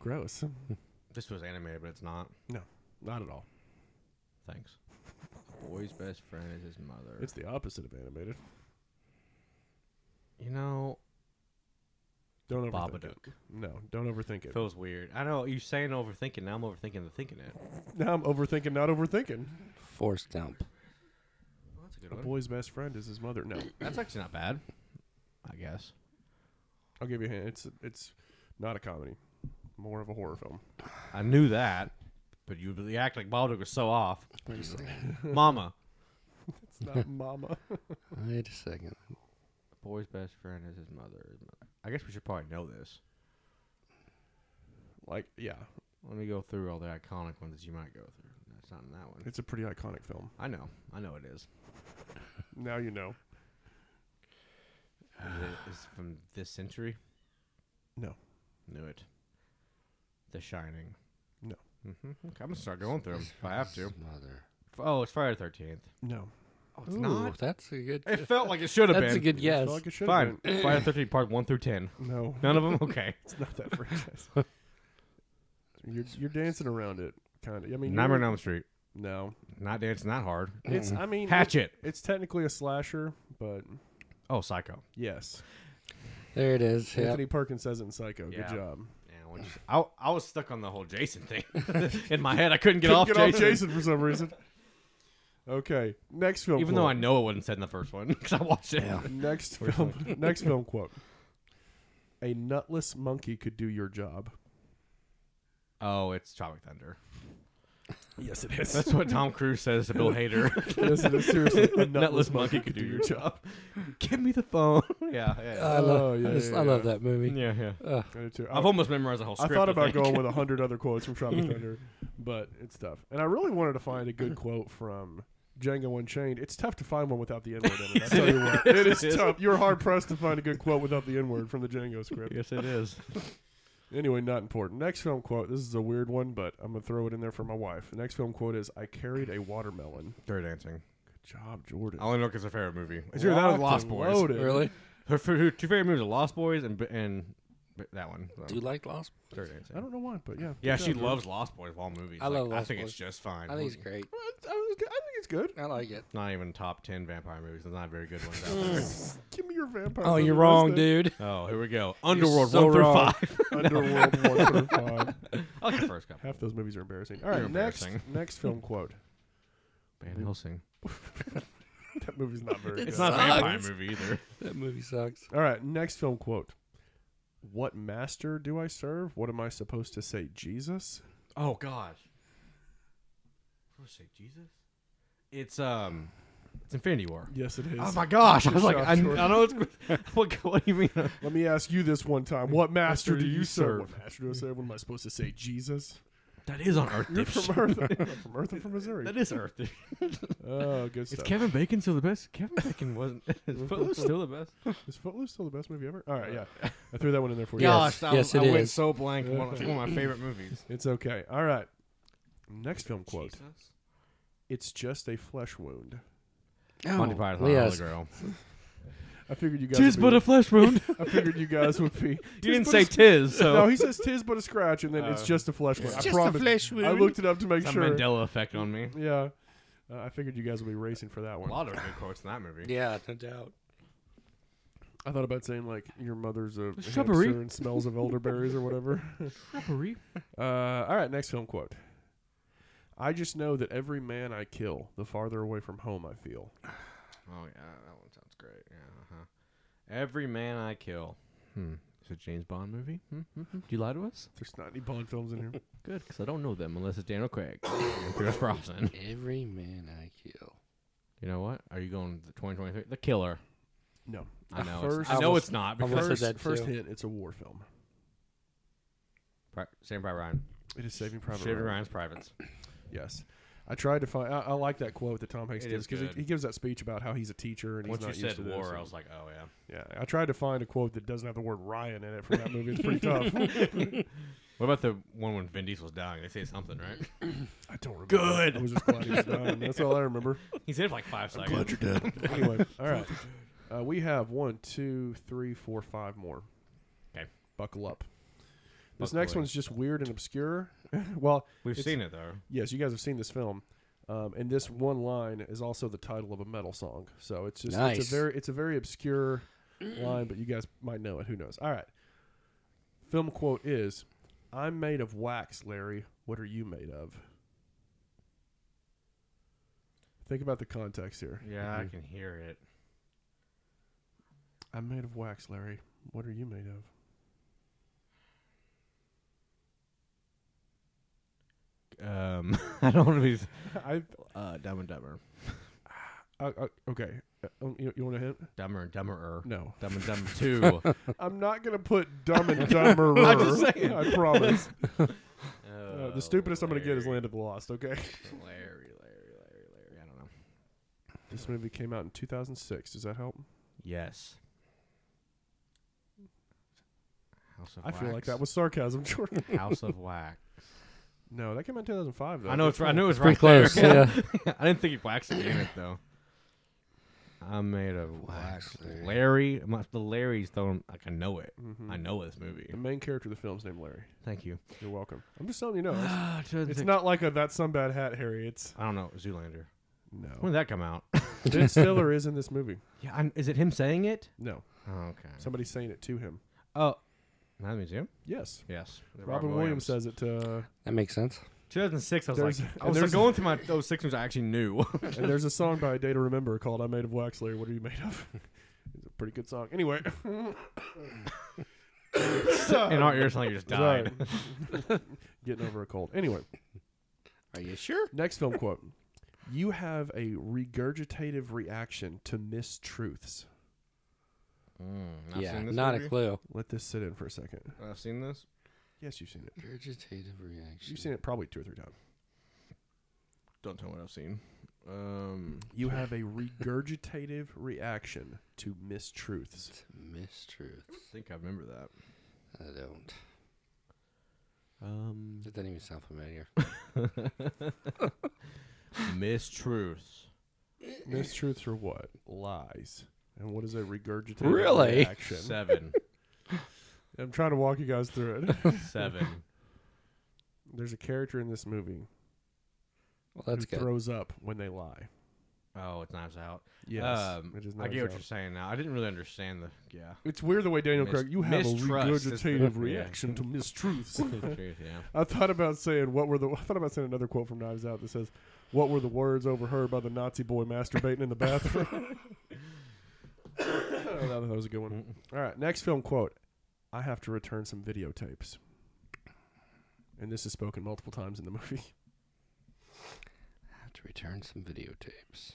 D: Gross.
E: this was animated, but it's not.
D: No, not at all.
E: Thanks. A boy's best friend is his mother.
D: It's the opposite of animated.
E: you know,
D: Don't overthink it.
E: Babadook.
D: No, don't overthink it.
E: Feels weird. I know you're saying overthinking. Now I'm overthinking the thinking it. Well,
D: Now I'm overthinking, not overthinking.
F: Forrest Gump.
E: that's a good
D: A
E: one.
D: boy's best friend is his mother. No,
E: That's actually not bad. I guess.
D: I'll give you a hint. It's it's not a comedy, more of a horror film.
E: I knew that, but you really act like Baldock was so off. Mama.
D: not mama.
F: Wait a second.
E: A boy's best friend is his mother. His mother. I guess we should probably know this.
D: like, yeah,
E: Let me go through all the iconic ones that you might go through. That's not in that one.
D: it's a pretty iconic film.
E: I know. I know it is.
D: Now you know.
E: Is it- It's from this century.
D: No.
E: Knew it. The Shining.
D: No.
E: hmm Okay, I'm gonna start going through them if I have to.
F: His Mother.
E: F- Oh, it's Friday the Thirteenth.
D: No.
E: Oh, it's
F: Ooh,
E: not.
F: That's a good.
E: It felt like it should have been.
F: That's a good
D: I
F: guess.
D: feel like it should
E: Fine. Friday the Thirteenth Part One through Ten.
D: No.
E: None of them. Okay.
D: It's not that franchise. you're you're dancing around it, kind of. I mean,
E: Nightmare on
D: you're-
E: Elm Street.
D: No,
E: Not dancing that hard.
D: it's. uh, I mean,
E: Hatchet.
D: It's technically a slasher, but
E: Oh, Psycho.
D: yes,
F: There it is. Yep.
D: Anthony Perkins says it in Psycho.
E: Yeah.
D: Good job.
E: Yeah, I want you- I, I was stuck on the whole Jason thing in my head. I couldn't get, off,
D: Get
E: Jason,
D: off Jason for some reason. Okay, next film.
E: even
D: quote.
E: though I know it wasn't said in the first one because I watched it.
D: next film next film quote. A nutless monkey could do your job.
E: Oh, it's Tropic Thunder.
D: Yes, it is.
E: That's what Tom Cruise says to Bill Hader.
D: yes, it is. Seriously, a
E: Nutless monkey could do your job. Uh, Give me the phone. yeah, yeah, yeah.
F: I love.
D: Oh, yeah,
F: I, just,
D: yeah,
F: I love
D: yeah.
F: that movie.
E: yeah, yeah.
D: I do too. I-
E: I've almost memorized the whole
D: I
E: script.
D: thought about
E: think.
D: going with a hundred other quotes from Tropic Thunder, but it's tough. And I really wanted to find a good quote from Django Unchained. It's tough to find one without the N word in it. I tell you what, it is tough. You're hard pressed to find a good quote without the N word from the Django script.
E: Yes, it is.
D: Anyway, not important. Next film quote. This is a weird one, but I'm gonna throw it in there for my wife. The next film quote is, "I carried a watermelon."
E: Dirt dancing.
D: Good job, Jordan.
E: I only know because her favorite movie. It's either that or
D: Locked
E: Lost
D: and
E: Boys.
D: loaded.
F: Really?
E: Her, f- her two favorite movies are Lost Boys and b- and b- that one. so,
F: Do you like Lost?
E: Dirt dancing.
D: I don't know why, but yeah.
E: yeah,
D: good
E: she
D: job, Jordan.
E: loves Lost Boys of all movies.
F: I
E: Like,
F: love
E: I
F: Lost
E: think
F: Boys.
E: it's just fine.
F: I think it's great.
D: Well, it's- I was- I think it's good.
F: I like it.
E: not even top ten vampire movies. There's not very good ones out there.
D: Give me your vampire.
F: Oh,
D: movie
F: you're wrong,
D: list
F: dude.
E: Oh, here we go. Underworld
F: so
E: one through
F: wrong.
E: five.
D: then. Underworld one through five.
E: I like the first couple.
D: Half those movies are embarrassing. All right,
E: They're
D: next
E: embarrassing.
D: next film quote.
E: Van Helsing.
D: That movie's not very
E: It's
D: good.
E: not a vampire movie either.
F: That movie sucks.
D: All right, next film quote. What master do I serve? What am I supposed to say, Jesus?
E: Oh gosh. What was it, Jesus? It's um, it's Infinity War.
D: Yes, it is.
E: Oh my gosh! I
D: Good
E: was like,
D: job,
E: I, I
D: Jordan.
E: know it's. What, what do you mean?
D: Let me ask you this one time. What master do you serve? What master do I serve? What am I supposed to say, Jesus?
E: That is on Earth.
D: You're
E: dipshit.
D: from Earth. I'm from Earth and from Missouri.
E: That is Earth.
D: Oh, good
E: It's
D: stuff.
E: Kevin Bacon still the best? Kevin Bacon wasn't. Is Footloose still the best?
D: Is Footloose still the best movie ever? All right, yeah. I threw that one in there for you.
F: Gosh, Yes. I- Yes, it I went is.
E: so blank. One, of my favorite movies.
D: It's okay. All right. Next film quote. It's just a flesh wound.
E: Monty Python.
F: yes.
E: Holy Grail.
D: I figured you guys.
E: Tis
D: would
E: but a flesh wound.
D: be, I figured you guys would be.
E: you didn't
D: but
E: say
D: a-
E: tis, so
D: No, he says tis but a scratch, and then it's just a flesh wound. I promise. I looked it up to make
E: some
D: sure.
E: Mandela effect on me.
D: Yeah, uh, I figured you guys would be racing for that
E: A
D: one.
E: lot of good quotes in that movie.
F: Yeah, no doubt.
D: I thought about saying like your mother's a
E: shrubbery.
D: hamster and smells of elderberries or whatever. uh, all right, next film quote. I just know that every man I kill, the farther away from home I feel.
E: Oh yeah, that one sounds great. Yeah. Uh-huh. Every man I kill. Hmm. Is it a James Bond movie? Hmm? hmm, hmm. Do you lie to us?
D: There's not any Bond films in here.
E: Good, because I don't know them unless it's Daniel Craig and Pierce Brosnan.
F: Every man I kill.
E: You know what? Are you going to 2023? The Killer.
D: No,
E: I know.
D: First-
E: it's, I know
F: almost-
E: it's not
F: almost
E: because
F: said
D: first,
F: that
D: first
F: too.
D: hint, it's a war film.
E: Pri- Saving Private Ryan.
D: It is Saving Private
E: Saving
D: Ryan.
E: Ryan's Privates.
D: Yes. I tried to find. I, I like that quote that Tom Hanks
E: It
D: gives
E: is
D: because he,
E: good.
D: he gives that speech about how he's a teacher and
E: Once
D: he's
E: you
D: not used
E: said
D: to
E: war,
D: This.
E: I was like, oh yeah.
D: yeah, I tried to find a quote that doesn't have the word Ryan in it from that movie. It's pretty tough.
E: What about the one when Vin Diesel's dying? They say something, right?
D: I don't remember. Good. I was just glad he was done. That's all I remember.
E: He's in for like five seconds.
D: Anyway, all right. Uh, we have one, two, three, four, five more.
E: 'Kay.
D: Buckle up. This
E: Buckle
D: next
E: in.
D: one's just weird and obscure. well,
E: We've
D: It's-
E: seen it though.
D: yes, you guys have seen this film, um, and this one line is also the title of a metal song. So it's just it's
F: Nice.
D: a very it's a very obscure line, but you guys might know it. Who knows? All right. Film quote is, "I'm made of wax, Larry. What are you made of?" Think about the context here.
E: Yeah, I can hear it.
D: I'm made of wax, Larry. What are you made of?
E: Um, I don't know if he's
D: I
E: uh, Dumb and Dumber.
D: I, I, okay. Uh, um, You, you want a hint?
E: Dumber and Dumberer.
D: No. Uh,
E: Dumb and Dumber Two.
D: I'm not gonna put dumb and dumber.
E: I'm just saying.
D: I promise. Uh,
E: Oh,
D: the stupidest I'm gonna get is
E: Larry,
D: Land of the Lost. Okay.
E: Larry, Larry, Larry, Larry. I don't know.
D: This movie came out in 2006. Does that help?
E: Yes. House of
D: I feel like
E: Wax.
D: that was sarcasm, Jordan.
E: House of Wax.
D: No, that came out in 2005. Though.
E: I know it's.
D: Good
E: right- I
D: pull.
E: know it's
F: Pretty
E: right there.
F: close, yeah.
E: I didn't think he waxed it in it though. I'm made of wax.
F: Wax, Larry.
E: Larry, my, the Larry's throwing. Like I know it. I know this movie.
D: The main character of the film's named Larry.
E: Thank you.
D: You're welcome. I'm just telling you, no, it's,
E: Ah,
D: it's
E: I
D: not like a that's some bad hat, Harry. It's
E: don't know. Zoolander. When
D: no.
E: did that come out?
D: Ben Stiller is in this movie.
E: yeah, i is it him saying it?
D: No,
E: Oh, okay.
D: somebody's saying it to him.
E: oh, that means him.
D: Yes,
E: Yes.
D: Robin Williams. says it uh, to.
F: That makes sense.
E: 2006. I was
D: There's-
E: like,
D: and
E: I was
D: there's-
E: like going through my those six movies I actually knew.
D: and there's a song by A Day to Remember called "I'm Made of Wax, Larry. What are you made of?" it's a pretty good song. Anyway,
E: In our ears, like you just died.
D: Sorry. getting over a cold. Anyway,
F: Are you sure?
D: next film quote. You have a regurgitative reaction to mistruths.
E: Mm, I've
F: yeah,
E: seen this
F: not
E: movie?
F: a clue.
D: Let this sit in for a second.
E: I've seen this.
D: Yes, you've seen it.
F: Vegetative reaction.
D: You've seen it probably two or three times.
E: Don't tell me what I've seen. Um,
D: You have a regurgitative reaction to mistruths.
F: Mistruth.
E: I think I remember that.
F: I don't.
E: Um,
F: That doesn't even sound familiar.
E: mistruths.
D: Mistruths are what? Lies. And what is a regurgitative
F: Really?
D: reaction?
E: Seven.
D: I'm trying to walk you guys through it.
E: Seven.
D: There's a character in this movie
F: Well, that's
D: who
F: good.
D: throws up when they lie.
E: Oh, it's knives out.
D: Yes.
E: Um,
D: it is
E: I
D: not
E: get what
D: out.
E: you're saying now. I didn't really understand the. Yeah.
D: It's weird the way Daniel
E: Mis-
D: Craig. You have a
E: mistrust is the-
D: regurgitative
E: yeah.
D: reaction to mistruths.
E: Truth, yeah.
D: I thought about saying what were the. I thought about saying another quote from Knives Out that says, "What were the words overheard by the Nazi boy masturbating in the bathroom?" Oh, that was a good one. All right, next film quote: "I have to return some videotapes," and this is spoken multiple times in the movie.
F: have to return some videotapes.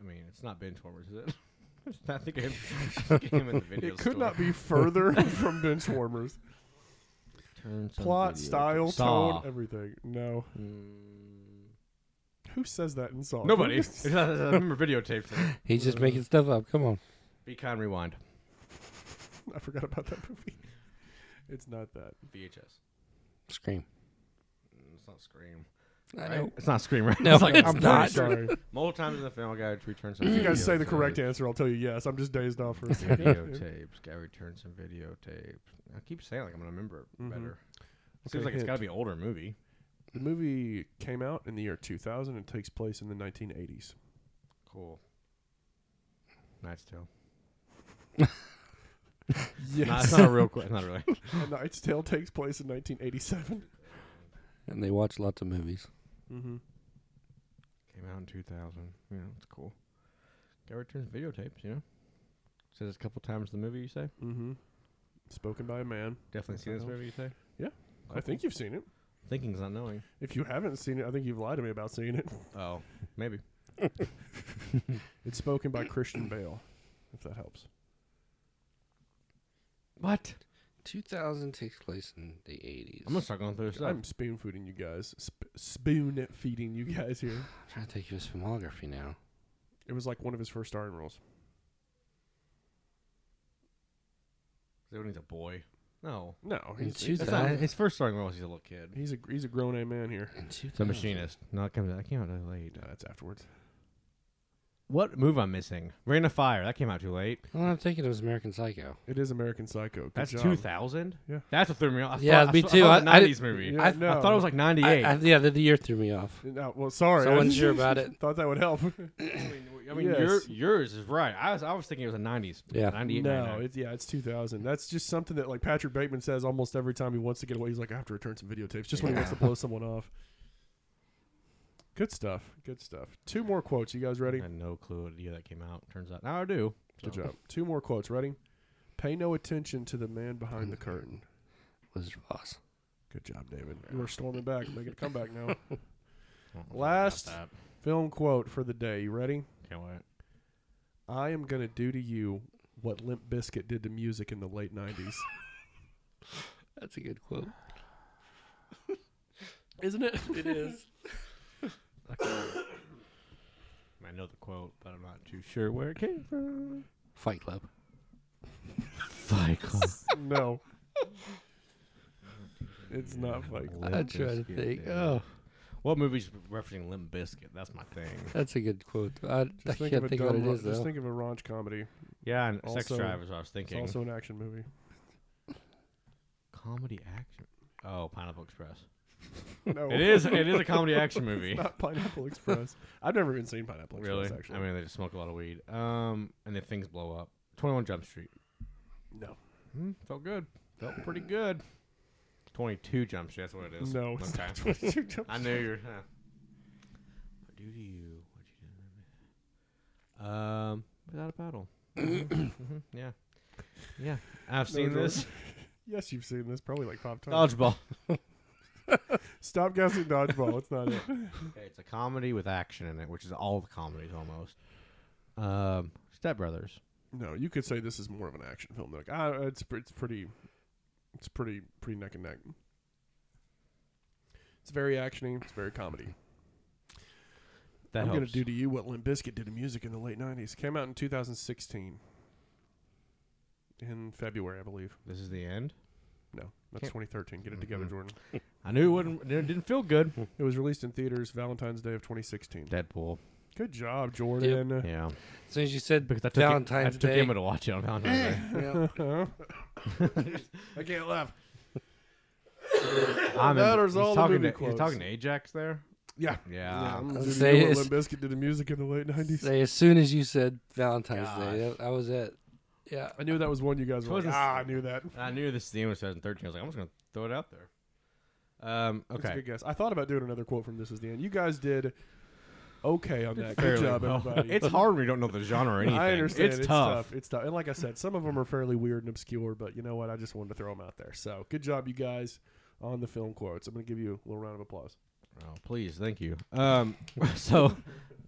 E: I mean, it's not Ben Torres, is it? I think I I think I came in the video
D: It could
E: store.
D: not be further from Benchwarmers.
E: Turn some
D: Plot,
E: video
D: style,
E: to- Saw.
D: tone, everything. No,
E: Mm,
D: who says that in song?
E: Nobody. It's not- I remember videotapes.
F: He's just making stuff up. Come on.
E: Be kind, rewind.
D: I forgot about that movie. It's not that.
E: VHS.
F: Scream.
E: Mm, It's not Scream.
F: I
E: right?
F: know.
E: It's not Scream, right?
F: No,
E: it's like,
F: it's
E: I'm pretty
F: not.
E: sure.
D: Sorry.
E: Multiple times in the film, I gotta return some.
D: If you guys say the
E: videotapes.
D: correct answer, I'll tell you yes. I'm just dazed off for a second.
E: videotapes. Gotta return some videotapes. I keep saying like I'm gonna remember it
D: Mhm.
E: better.
D: Okay,
E: Seems like it's
D: hint.
E: gotta be an older movie.
D: The movie came out in the year 2000 and takes place in the 1980s.
E: Cool. Night's Tale.
D: Yes.
E: Nah, it's not a real. Qu- not really.
D: A Knight's Tale takes place in 1987.
F: And they watch lots of movies.
D: Mm-hmm.
E: Came out in 2000. You know, it's cool. Gotta return some videotapes. You know, says it's a couple times in the movie. You say
D: Mm-hmm. Spoken by a man.
E: definitely seen this movie. You say
D: I think you've seen it.
E: thinking's not knowing.
D: If you haven't seen it, I think you've lied to me about seeing it.
E: Oh, maybe.
D: It's spoken by Christian Bale, if that helps.
E: What?
F: 2000 takes place in the 80s.
E: I'm gonna start going through this. up.
D: I'm spoon feeding you guys. Sp- spoon feeding you guys here.
F: I'm trying to think of his filmography now.
D: It was like one of his first starring roles.
E: Everyone needs a boy. No.
D: No,
F: In
D: he's, he's,
E: That's
F: 2000
E: not, his first starring role was he's a little kid.
D: he's a he's a grown a man here.
F: In
E: It's a machinist. No, it comes. That came out too late.
D: No, that's afterwards.
E: What move I'm missing? Rain of Fire. That came out too late.
F: Well, I'm thinking it was American Psycho.
D: It is American Psycho. Good
E: That's
D: job.
E: 2000.
D: Yeah.
E: That's what threw me off. I
F: Yeah,
E: thought,
F: me
E: I
F: too.
E: Thought it was a
F: I- I
E: 90s movie.
D: Yeah,
E: I,
D: no.
E: I thought it was like 98.
F: I, I, yeah, the, the year threw me off.
D: No, well, sorry.
F: So
D: I
F: unsure about it.
D: Thought that would help.
E: I mean,
D: Yes.
E: your, yours is right. I was I was thinking it was a 90s.
F: Yeah.
E: 98.
D: no,
E: 99.
D: it's yeah, it's 2000. That's just something that like Patrick Bateman says almost every time he wants to get away. He's like, I have to return some videotapes just when he wants to blow someone off. Good stuff. Good stuff. Two more quotes. You guys
E: I
D: ready?
E: had no clue what year that came out. Turns out now I do.
D: Good job. Two more quotes. Ready? Pay no attention to the man behind the
E: Oh,
D: curtain.
F: Was Ross.
D: Good job, David. You are storming back, making a comeback now.
E: I don't know
D: Last
E: about that.
D: Film quote for the day. You ready?
E: Can't wait.
D: I am gonna do to you what Limp Biscuit did to music in the late '90s.
F: That's a good quote. Isn't it? It is.
E: I know the quote, but I'm not too sure where it came from.
F: Fight Club.
E: Fight Club.
D: no, it's not like
F: I'm trying to think. Oh,
E: What movie's referencing Limp Biscuit? That's my thing.
F: that's a good quote. I, I
D: just think of
F: can't
D: a
F: think
D: dumb.
F: what it
D: ra-
F: is,
D: just
F: though.
D: think of a raunch comedy.
E: Yeah, and Sex
D: Also-
E: Drive is what I was
D: It's
E: thinking.
D: also an action movie.
E: comedy action. Oh, Pineapple Express.
D: No,
E: It is. It is a comedy action movie.
D: not Pineapple Express. I've never even seen Pineapple Express.
E: Really?
D: Actually,
E: I mean, they just smoke a lot of weed. Um, and then things blow up. Twenty One Jump Street.
D: no.
E: Hmm, felt good. Felt pretty good. Twenty Two Jump Street. That's what it is.
D: No, it's
E: Okay. I knew you. Were, huh. What do to you? What you do? to me? Um, without a paddle. mm-hmm. Yeah, yeah. I've
D: No,
E: seen
D: Jordan.
E: this.
D: Yes, you've seen this probably like five times.
E: Dodgeball.
D: Stop guessing dodgeball. It's not it.
E: Okay, it's a comedy with action in it, which is all the comedies almost. Um, Step Brothers.
D: No, you could say this is more of an action film. Like, ah, it's pre- it's pretty, it's pretty pretty neck and neck. It's very actiony. It's very comedy.
E: That
D: I'm gonna
E: helps.
D: do to you what Limp Bizkit did to music in the late '90s. Came out in 2016. In February, I believe.
E: This is the end.
D: No, that's
E: Can't-
D: 2013. Get it together,
E: Mhm.
D: Jordan.
E: I knew it wouldn't. It didn't feel good.
D: It was released in theaters Valentine's Day of 2016.
E: Deadpool.
D: Good job, Jordan.
E: Yeah.
F: As soon as you said
E: Because I took
F: Valentine's
E: it, I took
F: Day,
E: Emma to watch it on Valentine's Day.
D: I can't laugh.
E: I'm
D: That
E: in-
D: is all
E: he's
D: the
E: talking
D: movie
E: to, he's
D: quotes.
E: talking to Ajax there.
D: Yeah.
E: Yeah.
D: I'm
F: I'll
D: gonna do to
F: say
D: you what
F: it's-
D: Limp Bizkit did to music in the late 90s.
F: say as soon as you said Valentine's Day, that, I was at. Yeah,
D: I knew that was one you guys were like,
E: Wasn't-
D: ah, I knew that.
E: I knew this theme was 2013. I was like, I'm just gonna throw it out there. Um.
D: That's a
E: Okay.
D: good guess. I thought about doing another quote from This Is the End. You guys did okay on that. Good
E: Fairly
D: job,
E: well.
D: everybody.
E: it's hard when you don't know the genre or anything.
D: I understand.
E: It's, tough.
D: It's tough. And like I said, some of them are fairly weird and obscure, but you know what? I just wanted to throw them out there. So good job, you guys, on the film quotes. I'm going to give you a little round of applause.
E: Oh, please, thank you. Um, so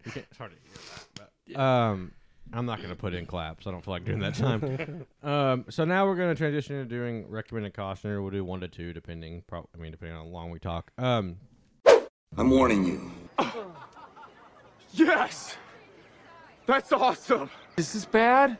E: okay, it's hard to hear that, but, um, I'm not gonna put in claps. I don't feel like doing that time. um, so now we're gonna transition to doing recommended cautionary. We'll do one to two, depending. Pro- I mean, depending on how long we talk. Um,
G: I'm warning you.
H: Yes! That's awesome! Is this bad?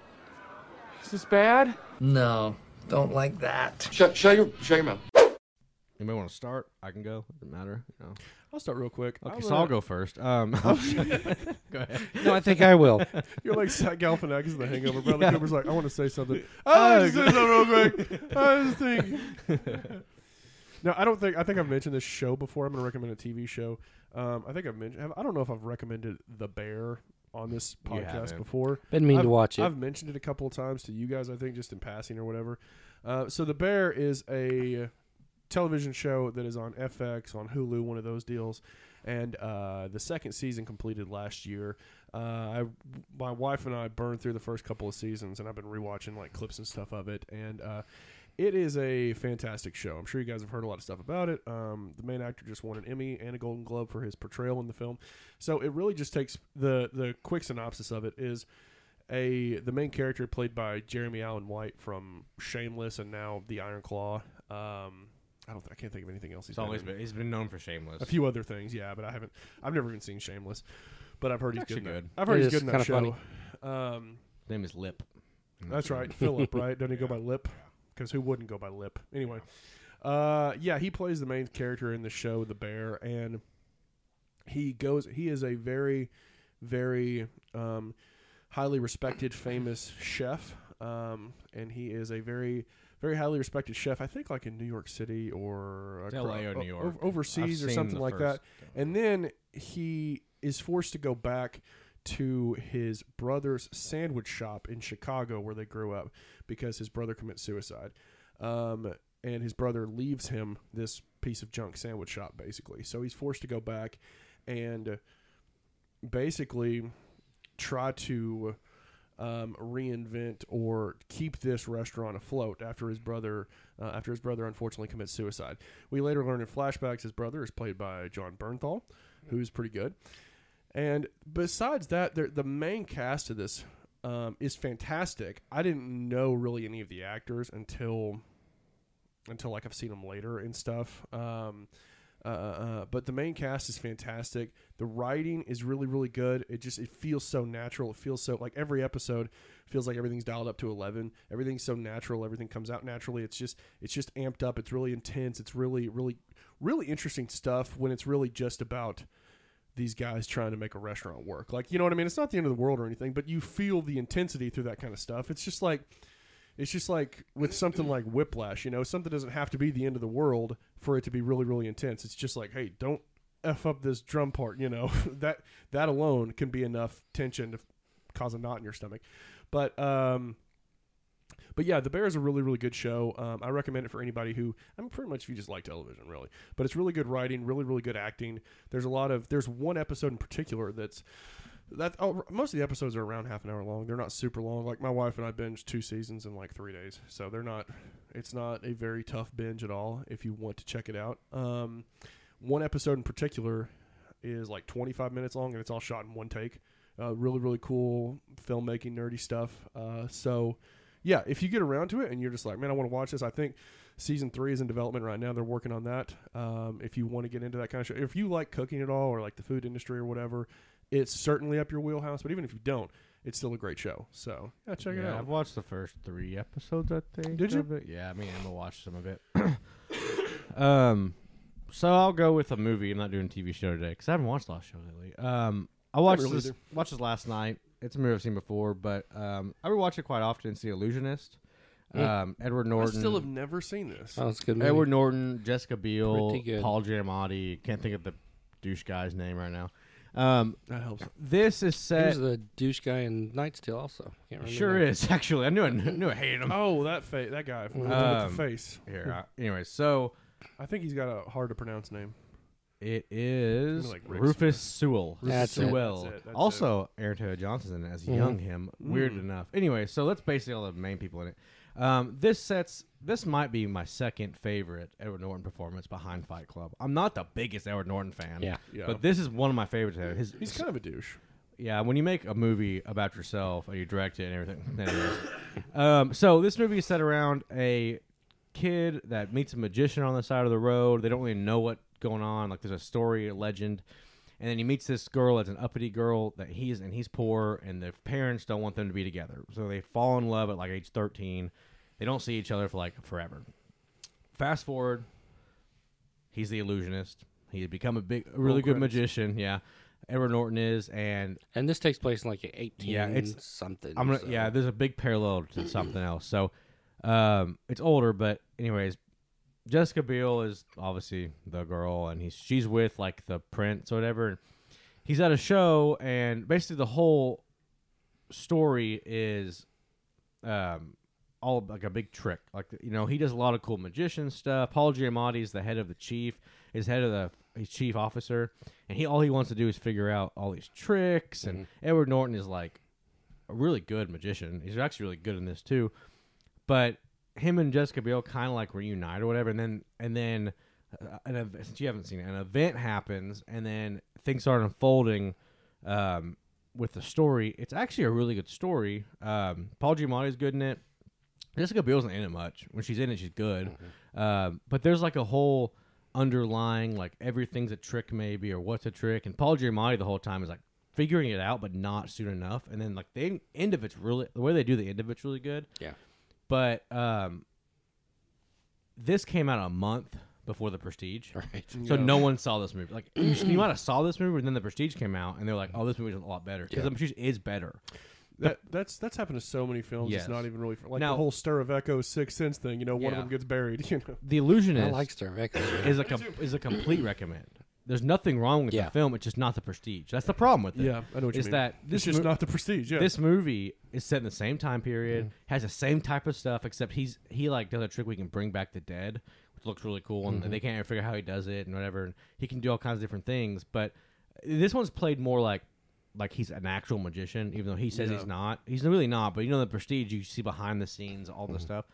H: Is this bad?
I: No, don't like that.
B: Shut, shut your, shut your mouth.
E: you may want to start. I can go. Doesn't matter. You know.
D: I'll start real quick. I
E: Okay,
D: was-
E: so I'll go first. Um, go ahead.
F: no, I think I will.
D: You're like Zach Galifianakis in The Hangover. Bradley Cooper's like, I want to say something.
F: Oh,
D: I want to say something real quick. I just think. No, I don't think. I think I've mentioned this show before. I'm going to recommend a TV show. Um, I think I've mentioned. have- I don't know if I've recommended The Bear on this podcast
E: haven't.
D: before.
F: Been mean
D: I've-
F: to watch it.
D: I've mentioned it a couple of times to you guys, I think, just in passing or whatever. Uh, so the Bear is a television show that is on FX, on Hulu, one of those deals. And uh, the second season completed last year. Uh, I, my wife and I burned through the first couple of seasons, and I've been rewatching like clips and stuff of it. And uh, it is a fantastic show. I'm sure you guys have heard a lot of stuff about it. Um, the main actor just won an Emmy and a Golden Globe for his portrayal in the film. So it really just takes the the quick synopsis of it is a the main character played by Jeremy Allen White from Shameless and now The Iron Claw. Um, I don't I can't think of anything else.
E: It's
D: He's
E: always
D: in.
E: been. He's been known for Shameless.
D: a few other things, yeah, but I haven't. I've never even seen Shameless, but I've heard he's
E: Actually
D: good. in that-
E: good.
D: I've heard
F: It
D: he's
F: is
D: good in that show.
F: kinda
D: Um,
E: His name is Lip.
D: that's right, Philip. Right? Doesn't he go by Lip? Because who wouldn't go by Lip? Anyway, uh, yeah, he plays the main character in the show, the Bear, and he goes. He is a very, very um, highly respected, famous chef, um, and he is a very. Very highly respected chef, I think, like in New York City or
E: It's LA or New
D: o- o-
E: York.
D: overseas
E: I've
D: or
E: seen
D: something
E: the
D: like that.
E: first
D: And then he is forced to go back to his brother's sandwich shop in Chicago where they grew up because his brother commits suicide. Um, and his brother leaves him this piece of junk sandwich shop, basically. So he's forced to go back and basically try to um, reinvent or keep this restaurant afloat after his brother uh, after his brother unfortunately commits suicide. We later learn in flashbacks his brother is played by John Bernthal, who's pretty good. And besides that, there- the main cast of this um, is fantastic. I didn't know really any of the actors until until like I've seen them later and stuff. Um, uh, uh, but the main cast is fantastic. The writing is really really good. It just it feels so natural. It feels so like every episode feels like everything's dialed up to eleven. Everything's so natural. Everything comes out naturally. It's just it's just amped up. It's really intense. It's really really really interesting stuff when it's really just about these guys trying to make a restaurant work. Like, you know what I mean? It's not the end of the world or anything, but you feel the intensity through that kind of stuff. It's just like it's just like with something like Whiplash, you know, something doesn't have to be the end of the world for it to be really really intense. It's just like, hey, don't f up this drum part, you know. that that alone can be enough tension to cause a knot in your stomach. But um but yeah, The Bear is a really, really good show. Um, I recommend it for anybody who, I mean, pretty much if you just like television, really. But it's really good writing, really, really good acting. There's a lot of, there's one episode in particular that's, that oh, most of the episodes are around half an hour long. They're not super long. Like my wife and I binged two seasons in like three days, so they're not. It's not a very tough binge at all if you want to check it out. Um, one episode in particular is like 25 minutes long, and it's all shot in one take. Uh, really, really cool filmmaking, nerdy stuff. Uh, so yeah, if you get around to it and you're just like, man, I want to watch this, I think season three is in development right now. They're working on that. Um, if you want to get into that kind of show, if you like cooking at all or like the food industry or whatever, it's certainly up your wheelhouse. But even if you don't, it's still a great show. So yeah, check it
E: Yeah, I've
D: out.
E: watched the first three episodes. I think.
D: Did you?
E: of it. Yeah, I mean, I'm gonna watch some of it. um, so I'll go with a movie. I'm not doing TV show today because I haven't watched a lot of shows lately. Um, I watched
D: really
E: this
D: either.
E: watched this last night. It's a movie I've seen before, but um, I rewatch it quite often. It's The Illusionist. Um, Edward
D: I
E: Norton.
D: still have never seen this.
F: Oh, it's a good movie.
E: Edward Norton, Jessica Biel,
F: Pretty good.
E: Paul Giamatti. Can't think of the douche guy's name right now. Um,
D: that helps.
E: this is
F: He
E: set.
F: was the douche guy in Night's Tale also. Can't remember
E: Uh, Sure is actually. I knew I, knew I hated him.
D: Oh, that fa- that guy from the one
E: Um,
D: with the face.
E: Here, I, anyway, so
D: I think he's got a hard to pronounce name.
E: It is
D: like Rick
E: Rufus Sewell.
F: That's it. Mm-hmm.
E: Sewell.
D: That's it, Mm. that's
E: also, Aaron Taylor Johnson's in it as young him. Weird enough. Anyway, so that's basically all the main people in it. Um, this sets. This might be my second favorite Edward Norton performance behind Fight Club. I'm not the biggest Edward Norton fan.
F: Yeah.
D: Yeah.
E: But this is one of my favorites. of His,
D: He's kind of a douche.
E: yeah, when you make a movie about yourself and you direct it and everything. that it is. um, so this movie is set around a kid that meets a magician on the side of the road. They don't really know what's going on. Like there's a story, a legend, and then he meets this girl that's an uppity girl that he's and he's poor and their parents don't want them to be together. So they fall in love at like age 13. They don't see each other for like forever. Fast forward He's the illusionist. He had become a big, a really good magician. Yeah, Edward Norton is, and
F: And this takes place in like 18
E: Yeah, it's-
F: something.
E: I'm gonna,
F: so-
E: yeah. There's a big parallel to something else. So, um, it's older, but anyways, Jessica Biel is obviously the girl, and he's she's with like the prince or whatever. He's at a show, and basically the whole story is um, all like a big trick. Like you know, he does a lot of cool magician stuff. Paul Giamatti is the head of the chief, is head of the he's chief officer, and he all he wants to do is figure out all these tricks. And
F: Mm-hmm.
E: Edward Norton is like a really good magician. He's actually really good in this too. But him and Jessica Biel kind of like reunite or whatever, and then and then uh, an ev- since you haven't seen it, an event happens, and then things start unfolding um, with the story. It's actually a really good story. Um, Paul Giamatti is good in it. Jessica Biel isn't in it much. When she's in it, she's good.
F: Mm-hmm.
E: Um, but there's like a whole underlying like everything's a trick maybe or what's a trick. And Paul Giamatti the whole time is like figuring it out, but not soon enough. And then like the end of it's really the way they do the end of it's really good.
F: Yeah.
E: But um, this came out a month before the Prestige.
F: Right.
E: So no one saw this movie. Like you, you might have saw this movie, and then the Prestige came out, and they're like, "Oh, this movie's a lot better." Because the Prestige is better.
D: That that's that's happened to so many films.
E: Yes.
D: It's not even really like
E: Now-
D: the whole Stir of Echo Six Sense thing. You know, one
E: Yeah.
D: of them gets buried. You know,
E: The Illusionist
F: I like Star Records. man.
E: is a com- is a complete recommend. There's nothing wrong with
F: Yeah.
E: the film. It's just not the Prestige. That's the problem with it.
D: yeah, I know what you
E: is
D: mean.
E: that this
D: it's just
E: mo-
D: not the prestige. Yeah,
E: this movie is set in the same time period, has the same type of stuff, except he's he like does a trick where he can bring back the dead, which looks really cool,
D: Mm-hmm.
E: and they can't figure out how he does it and whatever. And he can do all kinds of different things, but this one's played more like like he's an actual magician, even though he says he's not. He's really not, but you know the prestige you see behind the scenes, all
D: Mm-hmm.
E: this stuff.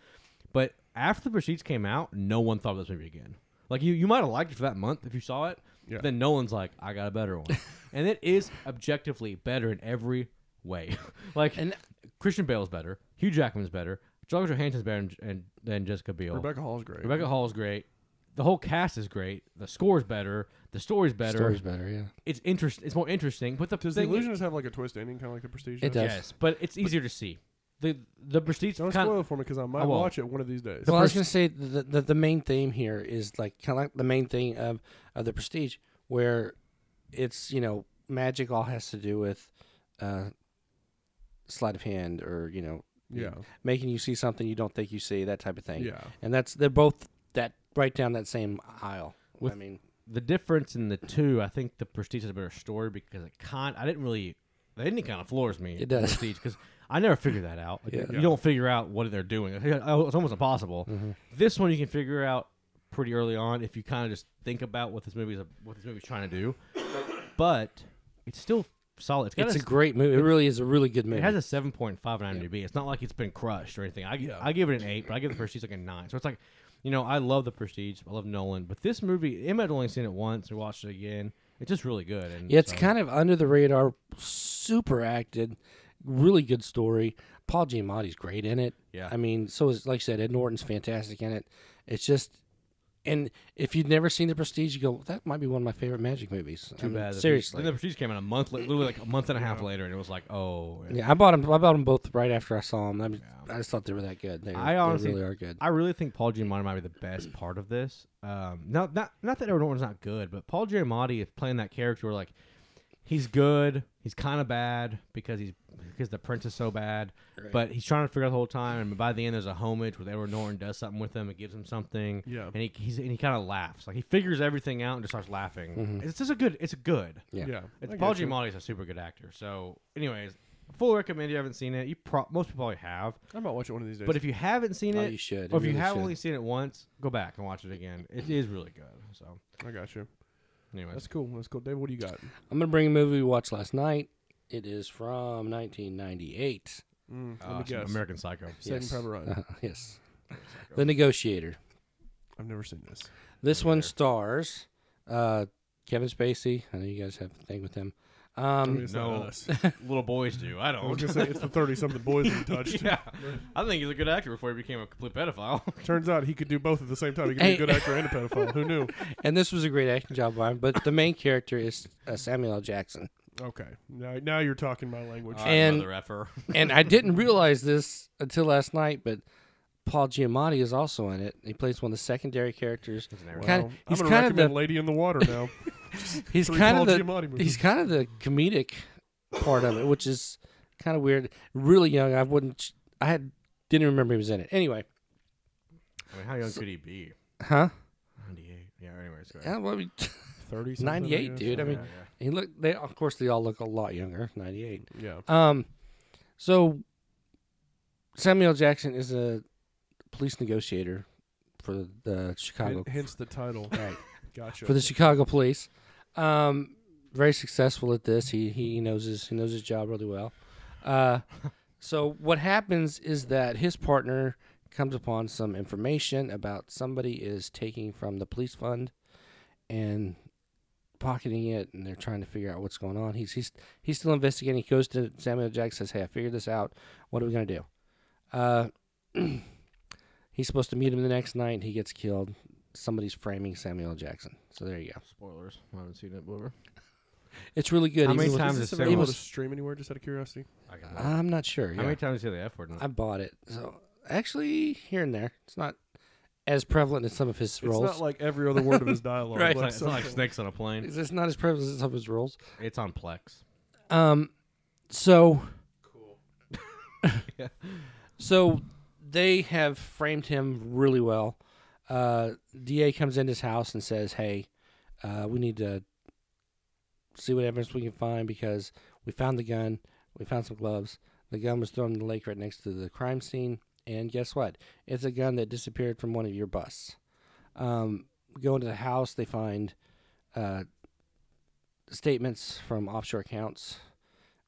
E: But after the prestige came out, no one thought of this movie again. Like you, you might have liked it for that month if you saw it,
D: Yeah.
E: Then Nolan's like, I got a better one, and it is objectively better in every way. like,
F: And-
E: Christian Bale's better, Hugh Jackman's better, Scarlett Johansson's better than, and, than Jessica Biel.
D: Rebecca Hall's great.
E: Rebecca Hall's great. The whole cast is great. The score's better. The story's better.
F: Story's better, yeah.
E: It's interest. It's more interesting. But the
D: Does the
E: thing
D: Illusionist have like a twist ending, kind of like the Prestige?
F: It
D: does.
F: does.
E: yes, but it's easier to see. The the prestige
D: Don't
E: kind
D: spoil
E: of,
D: it for me because I might
E: I won't.
D: watch it one of these days.
F: Well, I was going to say the, the the main theme here is like kind of like the main thing of of the Prestige, where it's you know magic all has to do with uh, sleight of hand or you know
D: yeah,
F: making you see something you don't think you see that type of thing.
D: yeah.
F: and that's they're both that right down that same aisle. I
E: With-
F: mean,
E: the difference in the two. I think the prestige is a better story because it kind. I didn't really. The ending kind of floors me.
F: It does.
E: prestige because I never figured that out. Like,
F: Yeah. Mm-hmm.
E: You don't figure out what they're doing. It's almost impossible. This one you can figure out pretty early on if you kind of just think about what this movie is what this movie's trying to do. but it's still solid. It's, got
F: it's
E: a
F: a great movie. It really is a really good movie.
E: It has a seven point five on IMDb. It's not like it's been crushed or anything. I, I give it an eight, but I give the Prestige like a nine. So it's like, you know, I love the Prestige. I love Nolan, but this movie, Emma had only seen it once. We watched it again. It's just really good. And
F: Yeah, it's
E: so-
F: kind of under the radar, super acted, really good story. Paul Giamatti's great in it.
E: Yeah.
F: I mean, so is like I said, Ed Norton's fantastic in it. It's just, and if you've never seen The Prestige, you go, that might be one of my favorite magic movies.
E: too bad. The
F: seriously.
E: Prestige, then the Prestige came out a month, la- literally like a month and a half later, and it was like, oh.
F: yeah, I bought them. I bought 'em both right after I saw them. I, was- I just thought they were that good. They,
E: I honestly,
F: they really are good.
E: I really think Paul Giamatti might be the best part of this. Um, not not not that Edward Norton's not good, but Paul Giamatti is playing that character where like he's good, he's kind of bad because he's because the prince is so bad, but he's trying to figure out the whole time. And by the end, there's a homage where Edward Norton does something with him, it gives him something,
D: Yeah.
E: and he he's, and he kind of laughs, like he figures everything out and just starts laughing. It's just a good, it's good.
F: Mm-hmm. Yeah.
D: Yeah.
E: It's
D: I
E: Paul
D: get you.
E: Giamatti's a super good actor. So, anyways, fully recommend. If you haven't seen it, you pro- most people probably have.
D: I might watch it one of these days.
E: But if you haven't seen
F: Oh,
E: it,
F: you should.
E: Or
F: You
E: if you
F: really
E: have
F: should.
E: only seen it once, go back and watch it again. It is really good. So,
D: I got you.
E: anyways,
D: That's cool. That's cool. Dave, what do you
E: Uh,
D: got?
F: I'm gonna bring a movie we watched last night. It is from 1998.
D: Mm, let
E: uh,
D: me guess.
E: American Psycho.
D: Saving
F: Yes.
D: Private Ryan.
F: yes, The Negotiator.
D: I've never seen this.
F: This one stars uh, Kevin Spacey. I know you guys have a thing with him.
D: I mean,
F: Um,
D: it's not
E: No,
D: us.
E: little boys do. I
D: I was
E: don't.
D: gonna say it's the thirty-something boys that he touched.
E: yeah, I think he's a good actor before he became a complete pedophile.
D: Turns out he could do both at the same time. He could
F: Hey.
D: be a good actor and a pedophile. Who knew?
F: and this was a great acting job by him. But the main character is uh, Samuel L. Jackson.
D: Okay, now, now you're talking my language.
E: Uh,
F: And-
E: Another effer.
F: And I didn't realize this until last night, but Paul Giamatti is also in it. He plays one of the secondary characters.
D: Wow.
F: Kind of,
D: I'm
F: he's
D: gonna
F: kind of
D: recommend
F: the
D: Lady in the Water now.
F: he's
D: three
F: kind
D: Paul
F: of the
D: Giamatti movies.
F: he's kind of the comedic part of it, which is kind of weird. Really young. I wouldn't. I had didn't remember he was in it. Anyway,
E: I mean, how young could he be?
F: huh?
E: Ninety-eight. Yeah. Anyways, go ahead.
F: Yeah, well, we-
D: Thirty.
F: 98,
D: Oh,
F: dude. I mean, he looked. They of course they all look a lot younger. Ninety eight.
D: yeah.
F: Um, so Samuel Jackson is a police negotiator for the Chicago
D: Hen- hence the title.
F: Right.
D: Gotcha.
F: for the Chicago police. Um, very successful at this. He he knows his he knows his job really well. Uh, so what happens is that his partner comes upon some information about somebody is taking from the police fund and pocketing it, and they're trying to figure out what's going on. He's he's he's still investigating. He goes to Samuel Jackson says, "Hey, I figured this out. What are we gonna do?" Uh, he's supposed to meet him the next night, and he gets killed. Somebody's framing Samuel Jackson. So there you go.
E: Spoilers. I haven't seen it, Bloomer.
F: It's really good.
E: How
F: He's
E: many
F: a-
E: times
D: Is
E: is
D: this
E: Sarah?
D: available
F: was-
D: to stream anywhere? Just out of curiosity.
E: I got it.
F: I'm not sure.
E: How
F: yeah.
E: many times did you say the F word? in
F: I
E: it?
F: bought it. So actually, here and there, it's not as prevalent as some of his roles.
D: It's not like every other word of his dialogue.
F: Right.
E: It's like, it's like snakes on a plane.
F: it's just not as prevalent as some of his roles.
E: It's on Plex.
F: Um, so cool. so they have framed him really well. Uh, DA comes in his house and says, "Hey, uh, we need to see what evidence we can find because we found the gun, we found some gloves. The gun was thrown in the lake right next to the crime scene, and guess what? It's a gun that disappeared from one of your busts." Um, go into the house, they find uh, statements from offshore accounts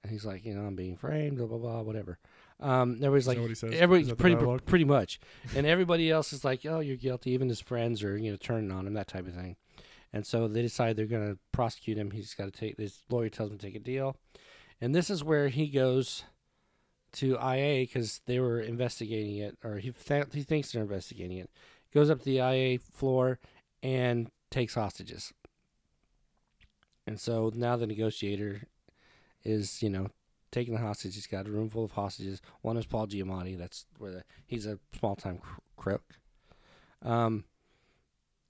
F: and he's like, you know, I'm being framed, blah blah blah, whatever. Um, and everybody's
D: that
F: like,
D: what he says? Is
F: everybody's
D: that the
F: pretty
D: dialogue?
F: pretty much, and everybody else is like, oh, you're guilty. Even his friends are, you know, turning on him, that type of thing. And so they decide they're going to prosecute him. He's got to take his lawyer tells him to take a deal, and this is where he goes to IA because they were investigating it, or he th- he thinks they're investigating it. Goes up to the IA floor and takes hostages. And so now the negotiator is, you know, taking the hostages. He's got a room full of hostages. One is Paul Giamatti. That's where the, he's a small time cr- crook. Um,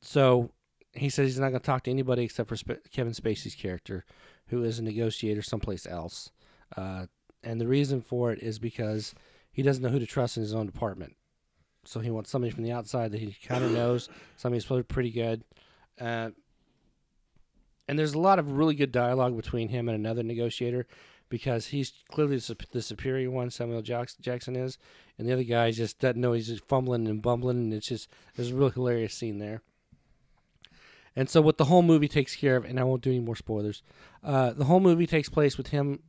F: so he says he's not going to talk to anybody except for Sp- Kevin Spacey's character, who is a negotiator someplace else. Uh, and the reason for it is because he doesn't know who to trust in his own department. So he wants somebody from the outside that he kind of knows, somebody who's probably pretty good. Uh, and there's a lot of really good dialogue between him and another negotiator because he's clearly the sup- the superior one, Samuel Jack- Jackson is, and the other guy just doesn't know. He's just fumbling and bumbling, and it's just there's a real hilarious scene there. And so what the whole movie takes care of, and I won't do any more spoilers. Uh, the whole movie takes place with him,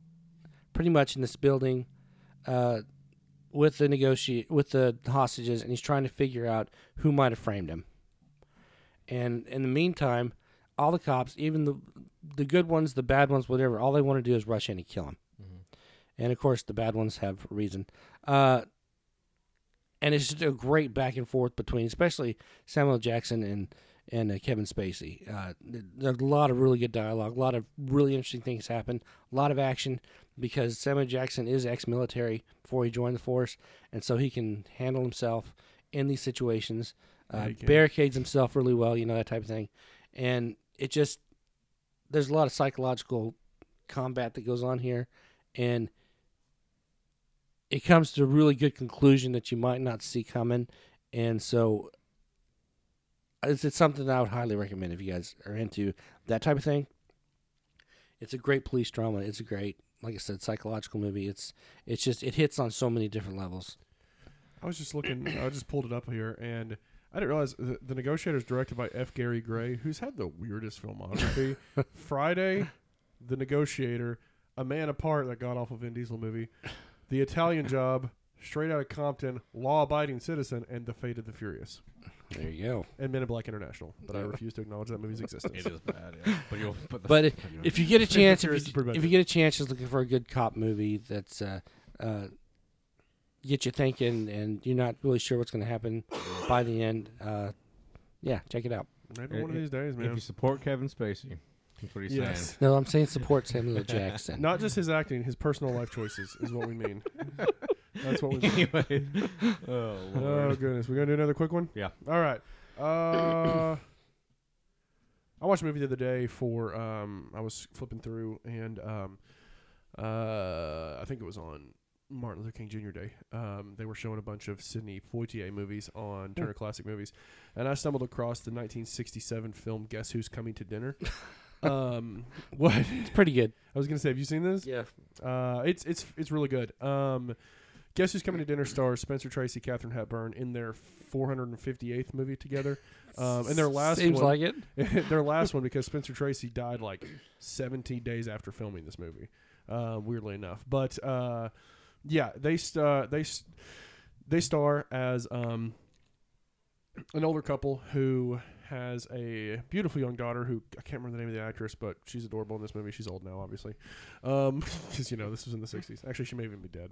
F: pretty much in this building, uh, with the negotiate with the hostages, and he's trying to figure out who might have framed him. And in the meantime, all the cops, even the the good ones, the bad ones, whatever, all they want to do is rush in and kill him. And of course, the bad ones have reason. Uh, and it's just a great back and forth between, especially Samuel Jackson and and uh, Kevin Spacey. Uh, th- there's a lot of really good dialogue, a lot of really interesting things happen, a lot of action because Samuel Jackson is ex-military before he joined the force, and so he can handle himself in these situations, uh, barricades himself really well, you know that type of thing, and it just there's a lot of psychological combat that goes on here, and it comes to a really good conclusion that you might not see coming, and so it's, it's something that I would highly recommend if you guys are into that type of thing. It's a great police drama. It's a great, like I said, psychological movie. It's it's just it hits on so many different levels.
D: I was just looking. I just pulled it up here, and I didn't realize the, the Negotiator is directed by F. Gary Gray, who's had the weirdest filmography. Friday, The Negotiator, A Man Apart, that got off of Vin Diesel movie, The Italian Job, Straight Outta Compton, Law Abiding Citizen, and The Fate of the Furious,
F: There you go.
D: and Men in Black International. But I refuse to acknowledge that movie's existence.
E: It is bad, yeah. But you'll put the
F: But if, if you get a chance,
D: Furious is
F: if you,
D: pretty bad.
F: if you get a chance, just looking for a good cop movie that's uh, uh, get you thinking, and you're not really sure what's going to happen by the end. Uh, yeah, check it out.
D: Maybe one of these days,
E: if
D: man.
E: you support Kevin Spacey, that's what he's
D: Yes.
F: No, I'm saying support Samuel Jackson.
D: Not just his acting, his personal life choices is what we mean. That's what we mean.
E: saying. anyway, oh
D: Oh
E: lord.
D: goodness, we're gonna do another quick one.
E: Yeah.
D: All right. Uh, I watched a movie the other day for um, I was flipping through and um, uh, I think it was on Martin Luther King Jr. Day. Um, they were showing a bunch of Sidney Poitier movies on Turner Classic Movies, and I stumbled across the 1967 film Guess Who's Coming to Dinner. um, what
F: It's pretty good.
D: I was gonna say, have you seen this?
F: Yeah.
D: Uh, it's it's it's really good. Um, Guess who's coming to dinner stars Spencer Tracy, Katherine Hepburn in their 458th movie together, um, and their last
F: Seems
D: one,
F: like it.
D: their last one because Spencer Tracy died like 17 days after filming this movie, uh, weirdly enough. But uh, yeah, they st- uh, they s they star as um, an older couple who has a beautiful young daughter who I can't remember the name of the actress, but she's adorable in this movie. She's old now, obviously, because you know this was in the 60s. Actually, she may even be dead.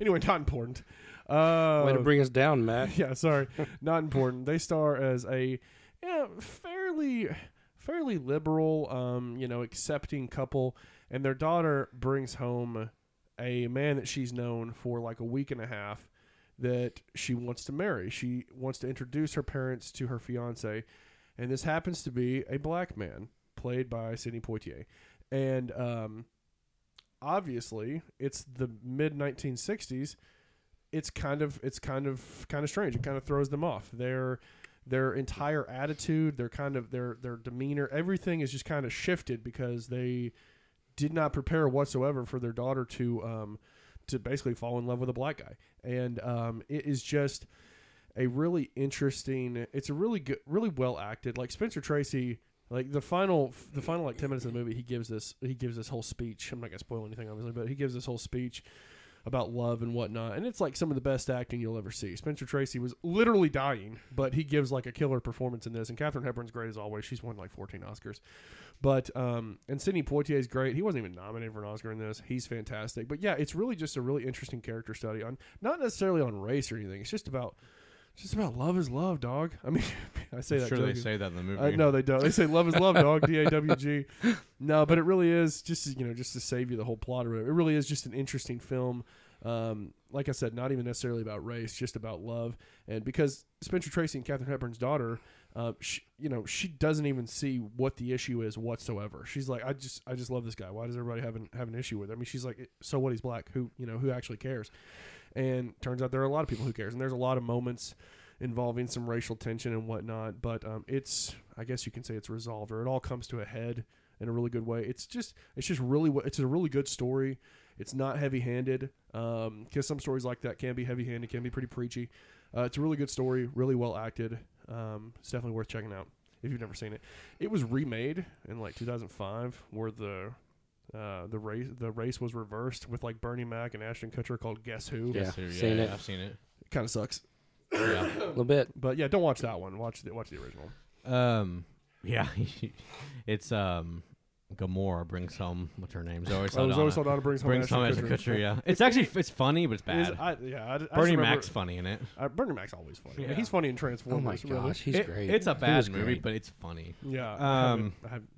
D: Anyway, not important. Uh,
F: Way to bring us down, Matt.
D: yeah, sorry, not important. They star as a yeah, fairly fairly liberal, um, you know, accepting couple, and their daughter brings home a man that she's known for like a week and a half that she wants to marry. She wants to introduce her parents to her fiance, and this happens to be a black man played by Sidney Poitier, and um. Obviously, it's the mid 1960s, it's kind of it's kind of kind of strange. It kind of throws them off. Their their entire attitude, their kind of their their demeanor, everything is just kind of shifted because they did not prepare whatsoever for their daughter to um to basically fall in love with a black guy. And um it is just a really interesting it's a really good really well acted like Spencer Tracy like the final the final like 10 minutes of the movie he gives this he gives this whole speech I'm not going to spoil anything obviously but he gives this whole speech about love and whatnot. And it's like some of the best acting you'll ever see. Spencer Tracy was literally dying, but he gives like a killer performance in this. And Katherine Hepburn's great as always. She's won like 14 Oscars. But, um, and Sidney Poitier's great. He wasn't even nominated for an Oscar in this. He's fantastic. But yeah, it's really just a really interesting character study on, not necessarily on race or anything. It's just about, it's just about love is love, dog. I mean, I say that
E: sure they
D: jokingly.
E: say that in the movie.
D: Uh, no, they don't. They say love is love, dog. D A W G. No, but it really is just you know just to save you the whole plot or whatever. It really is just an interesting film. Um, like I said, not even necessarily about race, just about love. And because Spencer Tracy and Katherine Hepburn's daughter, uh, she, you know, she doesn't even see what the issue is whatsoever. She's like, I just, I just love this guy. Why does everybody have an have an issue with? Him? I mean, she's like, so what? He's black. Who, you know, who actually cares? And turns out there are a lot of people who cares. And there's a lot of moments involving some racial tension and whatnot. But um, it's, I guess you can say it's resolved, or it all comes to a head in a really good way. It's just, it's just really, w- it's a really good story. It's not heavy-handed because some stories like that can be heavy-handed, can be pretty preachy. Uh, it's a really good story, really well acted. Um, it's definitely worth checking out if you've never seen it. It was remade in like 2005, where the uh, the race the race was reversed with like Bernie Mac and Ashton Kutcher called Guess Who.
F: Yeah,
E: Yes, yeah,
F: seen
E: yeah,
F: it.
E: I've seen it.
D: It kind of sucks.
F: a little bit.
D: But yeah, don't watch that one. Watch the watch the original.
E: Um, yeah, it's um, Gamora brings home what's her name? Zoe
D: Oh,
E: Saldana.
D: Zoe Saldana brings home
E: brings
D: Ashton
E: home Ashton
D: Kutcher.
E: Kutcher. Yeah, it's actually it's funny, but it's
D: It is-
E: bad.
D: I, yeah, I, I just
E: Bernie
D: remember-
E: Mac's funny in it.
D: Uh, Bernie Mac's always funny.
E: Yeah.
D: He's funny in
F: Oh
D: Transformers.
F: my
D: really.
F: gosh, he's
E: It-
F: great.
E: It's a
F: He
E: bad
F: was
E: movie,
F: great.
E: but it's funny.
D: Yeah, I haven't,
E: Um,
D: I haven't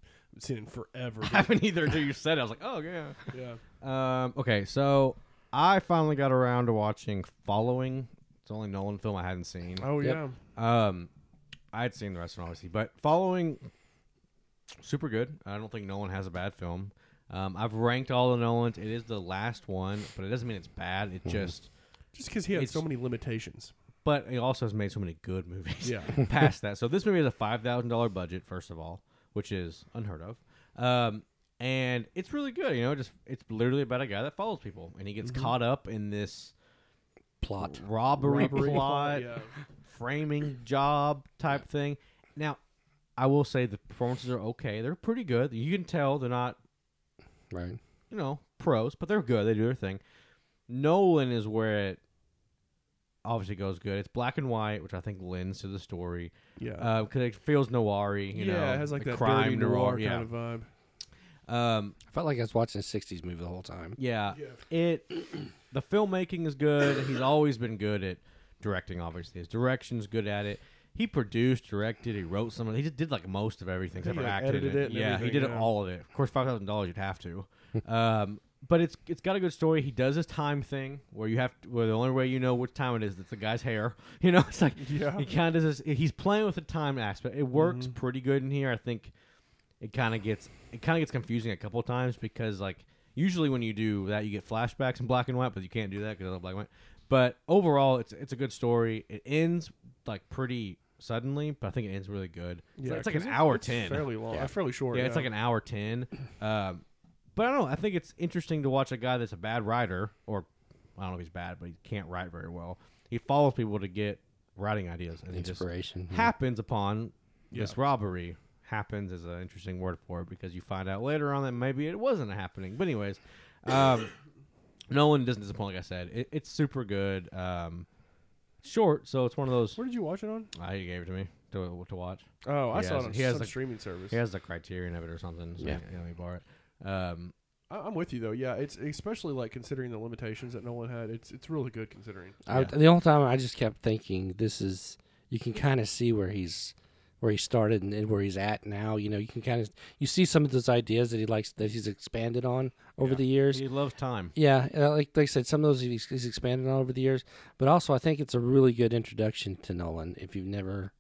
D: seen it in forever.
E: I haven't either until you said it. I was like, oh yeah.
D: dude. yeah,
E: Um, okay, so I finally got around to watching Following. It's the only Nolan film I hadn't seen.
D: oh
F: Yep.
D: yeah.
E: Um, I had seen the rest of them, obviously, but Following, super good. I don't think Nolan has a bad film. Um, I've ranked all the Nolans. It is the last one, but it doesn't mean it's bad. It just,
D: Just because he had
E: It's-
D: so many limitations.
E: but it also has made so many good movies.
D: Yeah.
E: past that, so this movie has a five thousand dollar budget, first of all, which is unheard of. Um, and it's really good. You know, just it's literally about a guy that follows people, and he gets caught up in this
F: Plot.
E: robbery, plot,
D: yeah.
E: framing job type thing. Now, I will say the performances are okay. They're pretty good. You can tell they're not,
F: Right.
E: you know, pros, but they're good. They do their thing. Nolan is where it obviously goes good. It's black and white, which I think lends to the story
D: Yeah.
E: because it feels noir You
D: yeah,
E: know,
D: it has like
E: the
D: that
E: crime
D: dirty noir
E: yeah.
D: kind of vibe.
E: Um,
F: I felt like I was watching a '60s movie the whole time.
E: Yeah. It the filmmaking is good. He's always been good at directing, obviously. His direction's good at it. He produced, directed, he wrote some of He just did like most of everything except
D: He,
E: for
D: like,
E: acting.
D: edited
E: in
D: it and
E: yeah, he
D: everything,
E: did
D: yeah.
E: all of it. Of course, five thousand dollars you'd have to. um but it's it's got a good story. He does his time thing where you have to, where the only way you know which time it is it's the guy's hair. You know, it's like
D: Yeah. Mm-hmm.
E: he kind of does this, he's playing with the time aspect. It works pretty good in here. I think it kind of gets it kind of gets confusing a couple times because like usually when you do that you get flashbacks in black and white, but you can't do that because of black and white. But overall, it's it's a good story. It ends like pretty suddenly, but I think it ends really good. It's, like, it's like
D: 'cause
E: an
D: it-
E: hour
D: it's
E: ten.
D: Fairly long. uh, fairly short.
E: yeah, it's like an hour ten. Um, but I don't know. I think it's interesting to watch a guy that's a bad writer, or I don't know if he's bad, but he can't write very well. He follows people to get writing ideas, and he just
F: Inspiration. yeah.
E: happens upon this robbery happens is an interesting word for it because you find out later on that maybe it wasn't happening but anyways um, nolan doesn't disappoint like i said it, it's super good um, short so it's one of those
D: Where did you watch it on?
E: uh, he gave it to me to, to watch
D: Oh, I
E: He
D: saw
E: has-
D: it on
E: he has
D: some
E: the-
D: streaming service.
E: he has the criterion of it or something so yeah,
F: Yeah.
E: let me borrow it um,
D: I, I'm with you though. Yeah, it's especially like considering the limitations that Nolan had. It's it's really good considering.
F: I,
E: Yeah.
F: the whole time I just kept thinking, this is you can kind of see where he's where he started and, and where he's at now. You know, you can kind of you see some of those ideas that he likes that he's expanded on over the years.
E: he loves time
F: Yeah, and I- like like I said, some of those he's, he's expanded on over the years. But also, I think it's a really good introduction to Nolan if you've never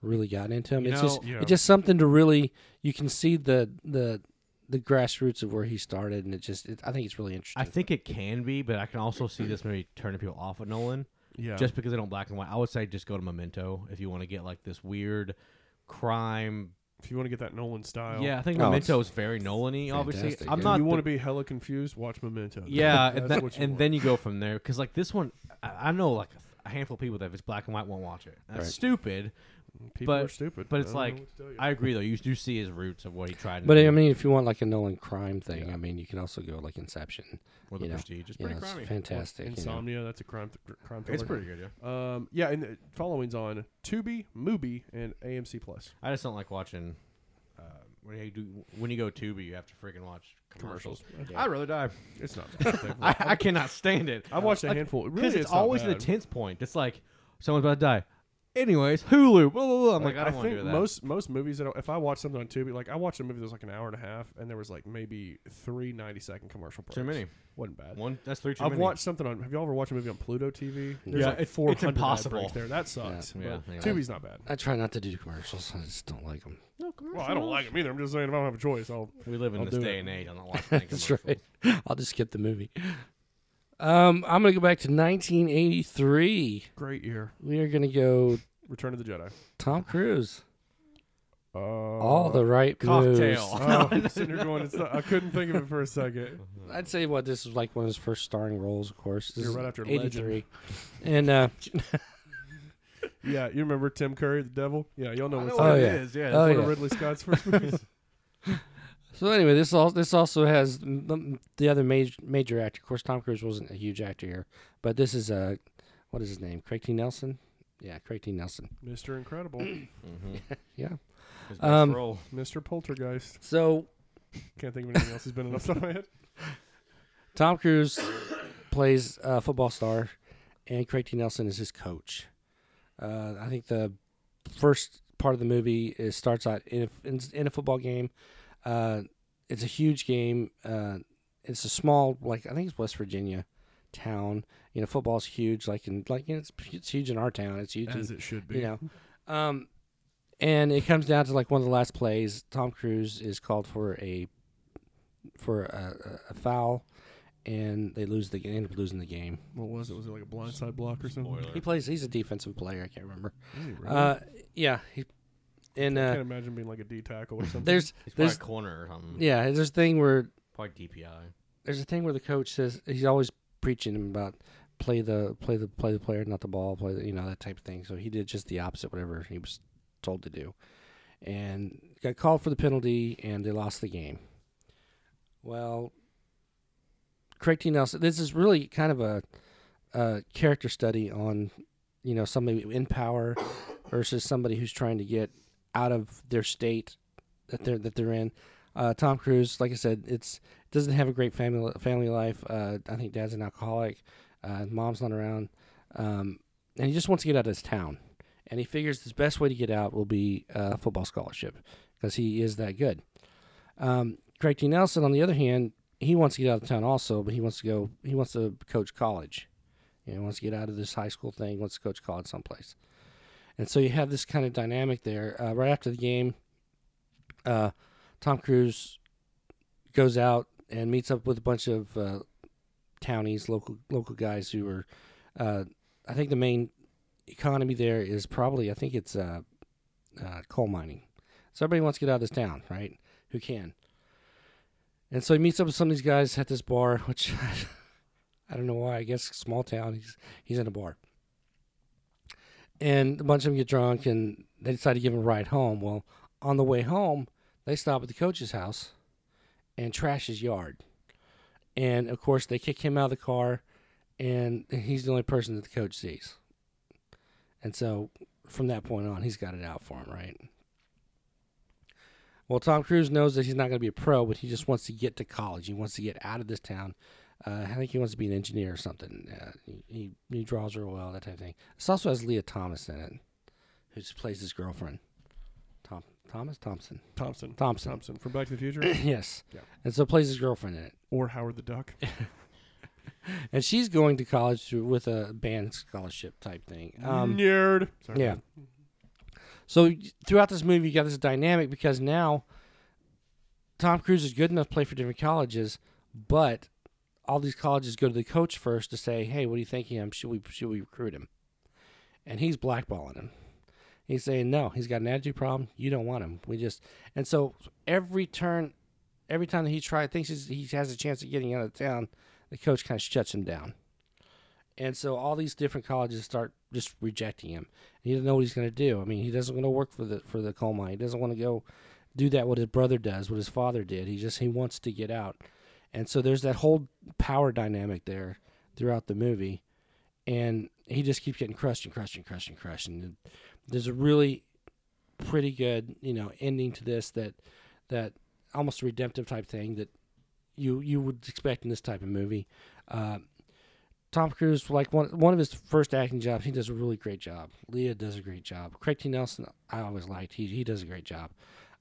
F: really gotten into him.
E: You
F: it's
E: know-
F: just
D: Yeah.
F: it's just something to really you can see the the the grassroots of where he started, and it just it, I think it's really interesting.
E: i think it can be but i can also see this maybe turning people off of nolan
D: Yeah.
E: just because they don't black and white i would say just go to memento if you want to get like this weird crime
D: if you want to get that Nolan style.
E: Yeah, I think
F: No,
E: Memento is very Nolan-y. Obviously,
F: fantastic,
E: I'm
F: yeah.
E: not.
D: you want
E: the-
D: to be hella confused? Watch Memento.
E: Yeah,
D: That's
E: and, that-
D: what you
E: and
D: want.
E: then you go from there because like this one, I, I know like a handful of people that if it's black and white won't watch it. That's stupid.
D: People
E: but,
D: are stupid.
E: But it's
D: I don't know
E: like
D: what to tell you.
E: I agree though. You do see his roots of what he tried. to
F: But
E: do
F: I
D: um,
F: mean, if you want like a Nolan crime thing, I mean, you can also go like Inception.
E: Or The
F: you know.
E: Prestige. It's
F: You
E: pretty
F: know,
E: crimey.
F: fantastic. you know.
D: Insomnia. That's a crime. Th- crime. Thriller.
E: it's pretty good. Yeah.
D: Um, yeah, and the following's on Tubi, Mubi, and AMC Plus.
E: I just don't like watching. Uh, when you do, when you go Tubi, you have to freaking watch commercials. I'd rather die.
D: It's not. Bad.
E: I, I cannot stand it.
D: I watched a handful. It
E: because
D: really
E: it's,
D: is not
E: always the
D: bad.
E: tense point. It's like someone's about to die. Anyways, Hulu. Blah, blah, blah. I'm like, I don't want to
D: think
E: do that.
D: most most movies that I- if I watch something on Tubi, like I watched a movie that was like an hour and a half, and there was like maybe three 90 second commercial breaks.
E: Too many.
D: Wasn't bad.
E: one that's three. Too
D: I've
E: many.
D: watched something on. Have you all ever watched a movie on Pluto TV? There's
E: Yeah,
D: like
E: it's- it's
D: 400 ad
E: impossible.
D: breaks There, that sucks.
E: Yeah,
D: but
E: yeah.
D: Tubi's not bad.
F: I try not to do commercials. I just don't like them.
D: Well, I don't like them either. I'm just saying, if I don't have a choice, I'll.
E: We live in
D: I'll
E: this
D: do
E: day
D: it.
E: and age. I'm not watching any
F: That's
E: commercials.
F: right. I'll just skip the movie. Um, I'm gonna go back to 1983.
D: Great year.
F: We are gonna go
D: Return of the Jedi.
F: Tom Cruise.
D: Uh,
F: All the right
E: Cocktail.
F: moves.
D: Oh, I'm sitting here going, it's not, I couldn't think of it for a second.
F: I'd say what this is like one of his first starring roles, of course. This
D: You're
F: is
D: right after Legend.
F: 83. And uh,
D: Yeah, you remember Tim Curry, the devil? Yeah, y'all know what's
F: what
D: up. One
F: it yeah.
E: is. Yeah.
F: Oh,
E: that's
D: of
F: yeah.
D: Ridley Scott's first movies.
F: so anyway, this all this also has the, the other major major actor. Of course, Tom Cruise wasn't a huge actor here, but this is uh, what is his name? Craig T. Nelson. Yeah, Craig T. Nelson.
D: Mr. Incredible,
F: Yeah.
E: his best
F: Um,
E: role.
D: Mr. Poltergeist.
F: So
D: Can't think of anything else. He's been enough on my head.
F: Tom Cruise plays a football star, and Craig T. Nelson is his coach. Uh, I think the first part of the movie is starts out in a, in, in a football game. Uh, it's a huge game. Uh, it's a small, like I think it's West Virginia town. You know, football's huge. Like in like you know, it's it's huge in our town. It's huge in,
D: As it should be.
F: you know, um, and it comes down to like one of the last plays. Tom Cruise is called for a for a, a- a foul, and they lose the they end up losing the game.
D: What was it? Was it like a blindside block or something?
E: Spoiler.
F: He plays. He's a defensive player. I can't remember.
D: Hey, really?
F: Uh, yeah. He, and
D: I
F: uh,
D: can't imagine being like a D tackle or something.
F: there's
E: He's probably
F: there's
E: a corner or something.
F: yeah there's a thing where
E: Probably DPI.
F: there's a thing where the coach says he's always preaching him about play the play the play the player, not the ball, play the, you know that type of thing. So he did just the opposite, whatever he was told to do, and got called for the penalty, and they lost the game. Well, Craig T. Nelson, this is really kind of a, a character study on you know somebody in power versus somebody who's trying to get out of their state that they're that they're in. Uh, Tom Cruise, like I said, it's doesn't have a great family family life. Uh, I think dad's an alcoholic, uh, mom's not around, um, and he just wants to get out of his town. And he figures his best way to get out will be a football scholarship because he is that good. Um, Craig T. Nelson, on the other hand, he wants to get out of town also, but he wants to go. He wants to coach college. You know, he wants to get out of this high school thing. Wants to coach college someplace. And so you have this kind of dynamic there. Uh, right after the game, uh, Tom Cruise goes out and meets up with a bunch of uh, townies, local local guys who are. Uh, I think the main economy there is probably I think it's uh, uh, coal mining. So everybody wants to get out of this town, right? Who can? And so he meets up with some of these guys at this bar, which I don't know why. I guess small town. He's he's in a bar, and a bunch of them get drunk, and they decide to give him a ride home. Well, on the way home, they stop at the coach's house, and trash his yard. And of course, they kick him out of the car, and he's the only person that the coach sees. And so from that point on, he's got it out for him, right? Well, Tom Cruise knows that he's not going to be a pro, but he just wants to get to college. He wants to get out of this town. Uh, I think he wants to be an engineer or something. Uh, he, he draws real well, that type of thing. This also has Leah Thomas in it, who plays his girlfriend. Tom Thomas Thompson.
D: Thompson.
F: Thompson.
D: Thompson from Back to the Future
F: yes.
D: Yeah.
F: And so plays his girlfriend in it.
D: or Howard the Duck.
F: and she's going to college to, with a band scholarship type thing. Um,
D: Nerd. Sorry.
F: yeah. So y- throughout this movie, you got this dynamic because now Tom Cruise is good enough to play for different colleges, but all these colleges go to the coach first to say, "Hey, what do you think of him? Should we should we recruit him?" And he's blackballing him. He's saying, "No, he's got an attitude problem. You don't want him. We just..." And so every turn, every time that he tries, thinks he's, he has a chance of getting out of town, the coach kind of shuts him down And so all these different colleges start just rejecting him. He doesn't know what he's going to do. I mean, he doesn't want to work for the for the coal mine. He doesn't want to go do that what his brother does, what his father did. He just he wants to get out. And so there's that whole power dynamic there throughout the movie, and he just keeps getting crushed and crushed and crushed and crushed. And there's a really pretty good you know ending to this that that almost redemptive type thing that you you would expect in this type of movie. Uh, Tom Cruise, like one one of his first acting jobs, he does a really great job. Leah does a great job. Craig T. Nelson, I always liked. He he does a great job.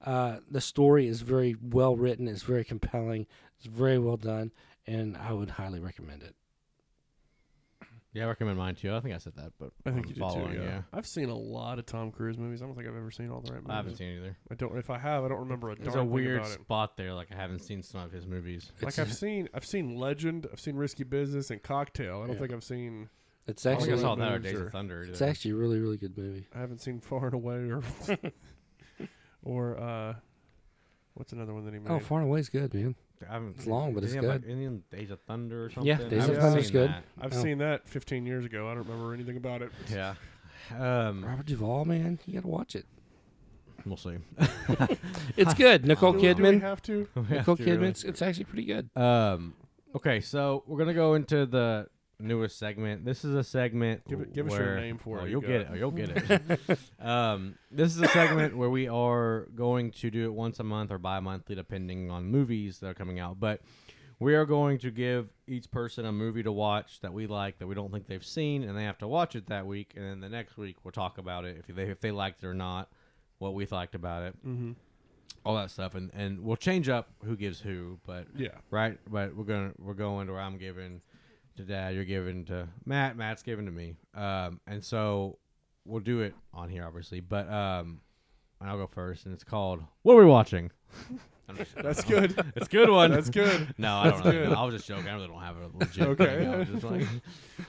F: Uh, the story is very well written. It's very compelling. It's very well done, and I would highly recommend it.
E: Yeah, I recommend mine too. I think I said that, but
D: I think
E: I'm
D: you did
E: following,
D: too. Yeah. I've seen a lot of Tom Cruise movies. I don't think I've ever seen all the right movies.
E: I haven't seen it either.
D: I don't. If I have, I Mm-hmm. don't remember a darn
E: There's a
D: thing
E: weird
D: about it.
E: spot there. Like I haven't seen some of his movies.
D: Like I've seen, I've seen Legend, I've seen Risky Business and Cocktail. I don't think I've seen.
F: It's
E: I think I
F: actually
E: saw that or
D: movies
E: Days
D: are-
E: of Thunder.
F: it's
E: either.
F: actually a really really good movie.
D: I haven't seen Far and Away or, or uh, what's another one that he made?
F: Oh, Far and Away is good, man.
E: I haven't
F: It's long, but
E: Didn't
F: it's
E: he have, Like, Indian Days of Thunder or something.
F: Yeah,
E: I
F: Days
D: of
E: haven't
D: Thunder's
E: seen
F: good.
E: that.
D: I've
F: Oh.
D: seen that 15 years ago. I don't remember anything about it.
E: Yeah. Um,
F: Robert Duvall, man, you gotta watch it.
E: we'll see.
F: It's good. Nicole
D: Do we
F: Kidman.
D: have to?
E: We have
F: Nicole
E: to
F: Kidman.
E: really-
F: It's, it's actually pretty good.
E: Um, okay, so we're gonna go into the newest segment. This is a segment.
D: Give it- give us your
E: where-
D: name for
E: oh,
D: it.
E: You'll
D: You
E: get it.
D: got
E: Oh, you'll get it. um, this is a segment where we are going to do it once a month or bi-monthly, depending on movies that are coming out. But we are going to give each person a movie to watch that we like that we don't think they've seen, and they have to watch it that week. And then the next week we'll talk about it if they if they liked it or not, what we liked about it. Mm-hmm. All that stuff, and, and we'll change up who gives who, but
D: Yeah.
E: right? But we're gonna we're going to where I'm giving to Dad, you're giving to Matt, Matt's giving to me, um, and so we'll do it on here, obviously. But um, and I'll go first, and it's called "What We're Watching." I'm just-
D: That's good.
E: it's a good one.
D: That's good.
E: No, I don't.
D: That's
E: Really,
D: good.
E: I was just joking. I really don't have a legit.
D: Okay.
E: Thing. I was just like,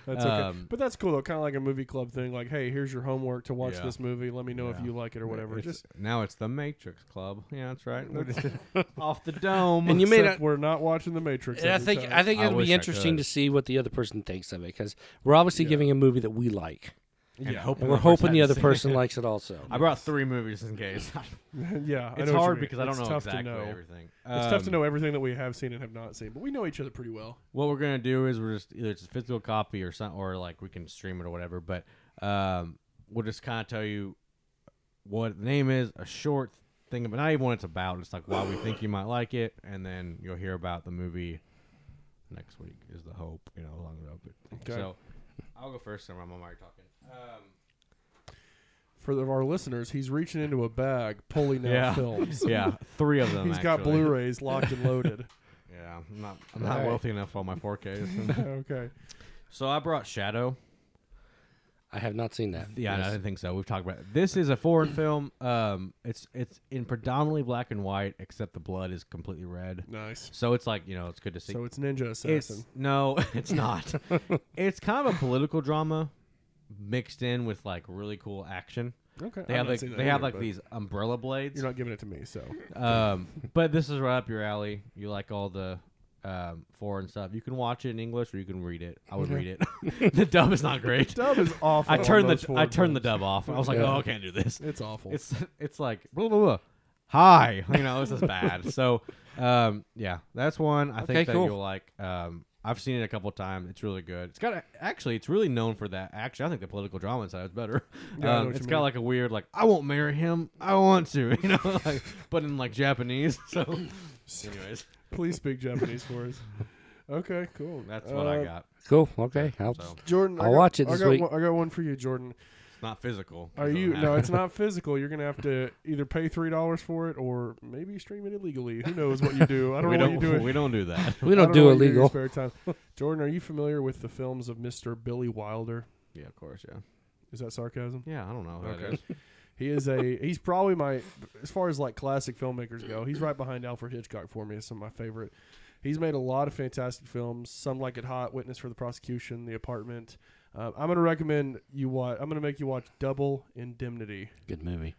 D: That's okay.
E: Um,
D: but that's cool though. Kind of like a movie club thing. Like, hey, here's your homework to watch
E: Yeah.
D: this movie. Let me know if
E: Yeah.
D: you like it or whatever.
E: it's-
D: Just
E: now it's the Matrix Club. Yeah, that's right. We're just off the dome.
F: And you made
D: except
F: a,
D: we're not watching The Matrix.
F: And I
D: every
F: think
D: time.
F: I think
E: I
F: it'll
E: wish
F: be
E: I
F: interesting to
E: could.
F: see what the other person thinks of it because we're obviously giving a movie that we like,
E: And hoping
F: and we're
E: the person
F: hoping the
E: hadn't
F: other
E: seen
F: person
E: it.
F: likes it also.
E: I brought three movies in case.
D: yeah, I
E: it's
D: know what you
E: hard
D: mean.
E: because I don't
D: It's
E: know
D: tough
E: exactly
D: to know.
E: everything.
D: It's tough to
E: Um,
D: know everything that we have seen and have not seen, but we know each other pretty well.
E: what we're gonna do is we're just either it's a physical copy or some or like we can stream it or whatever. But um, we'll just kind of tell you what the name is, a short thing, but not even what it's about. It's like why we think you might like it, and then you'll hear about the movie next week. Is the hope you know along the road.
D: Okay.
E: So I'll go first, and I'm already talking. Um,
D: For the, our listeners, he's reaching into a bag, pulling out
E: Yeah.
D: films.
E: yeah, three of them.
D: He's got
E: actually.
D: Blu-rays locked and loaded.
E: Yeah, I'm not. I'm not
F: Alright.
E: wealthy enough for all my 4Ks.
D: okay,
E: so I brought Shadow.
F: I have not seen that.
E: Yeah, no, I
F: Yes.
E: didn't think so. We've talked about it. this is a foreign film. Um, it's it's in predominantly black and white, except the blood is completely red.
D: nice.
E: So it's like you know, it's good to see.
D: So it's Ninja Assassin.
E: it's no, it's not. it's kind of a political drama mixed in with like really cool action.
D: okay,
E: They have
D: I've not
E: like they
D: seen that
E: have
D: either,
E: like
D: but
E: these umbrella blades.
D: You're not giving it to me, so
E: Um, but this is right up your alley. You like all the um, foreign stuff. You can watch it in English or you can read it. I would read it. the dub is not great.
D: dub is awful.
E: I
D: on
E: turned
D: those
E: the I
D: forward
E: turned the
D: films.
E: dub off. I was like,
F: Yeah.
E: oh, I can't do this.
D: It's awful.
E: It's it's like blah blah blah. Hi, you know this is bad. so, um, yeah, that's one I
F: Okay,
E: think that
F: cool.
E: you'll like. Um, I've seen it a couple times. It's really good. It's got a, actually, it's really known for that. Actually, I think the political drama side is better.
D: Yeah, I know
E: um,
D: what
E: it's
D: you
E: got
D: mean.
E: like a weird like I won't marry him. I want to, you know, like, but in like Japanese. So, anyways,
D: Please speak Japanese for us. Okay, cool.
E: that's what I
D: Uh,
E: got.
F: Cool. Okay. I'll,
E: So
D: Jordan, I
F: I'll
D: got-
F: watch it
D: I
F: this
D: got
F: week.
D: One, I got one for you, Jordan.
E: it's not physical.
D: Are
E: It doesn't
D: you? No,
E: matter.
D: it's not physical. You're gonna have to either pay three dollars for it or maybe stream it illegally. Who knows what you do? I don't
E: we
D: know
E: don't.
D: what you do.
E: we don't do that.
F: we
D: I
F: don't do
D: what you in your
F: illegal.
D: spare time. Jordan, are you familiar with the films of Mr. Billy Wilder?
E: yeah, of course. Yeah.
D: Is that sarcasm?
E: Yeah, I don't know. Who that
D: Okay.
E: is.
D: He is a he's probably my as far as like classic filmmakers go, he's right behind Alfred Hitchcock for me. It's some of my favorite. He's made a lot of fantastic films. Some like it hot, Witness for the Prosecution, The Apartment. Uh, I'm gonna recommend you watch. I'm gonna make you watch Double Indemnity.
F: Good movie.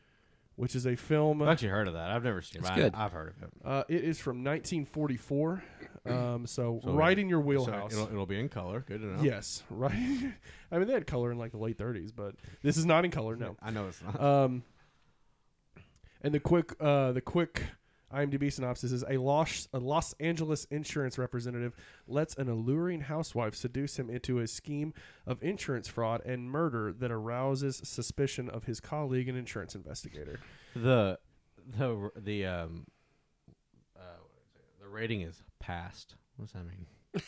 D: which is a film.
E: I've actually heard of that. I've never seen it.
F: It's
E: but
F: good.
E: I, I've heard of it.
D: Uh, it is from 1944. Um, so,
E: So
D: right
E: it'll-
D: in your
E: so
D: wheelhouse.
E: it'll, it'll be in color. Good enough.
D: yes, right. I mean, they had color in like the late 30s, but this is not in color. No.
E: I know it's not.
D: Um, and the quick, uh, the quick IMDb synopsis is a Los, a Los Angeles insurance representative lets an alluring housewife seduce him into a scheme of insurance fraud and murder that arouses suspicion of his colleague, an insurance investigator.
E: the the the um uh, the rating is passed. What does that mean?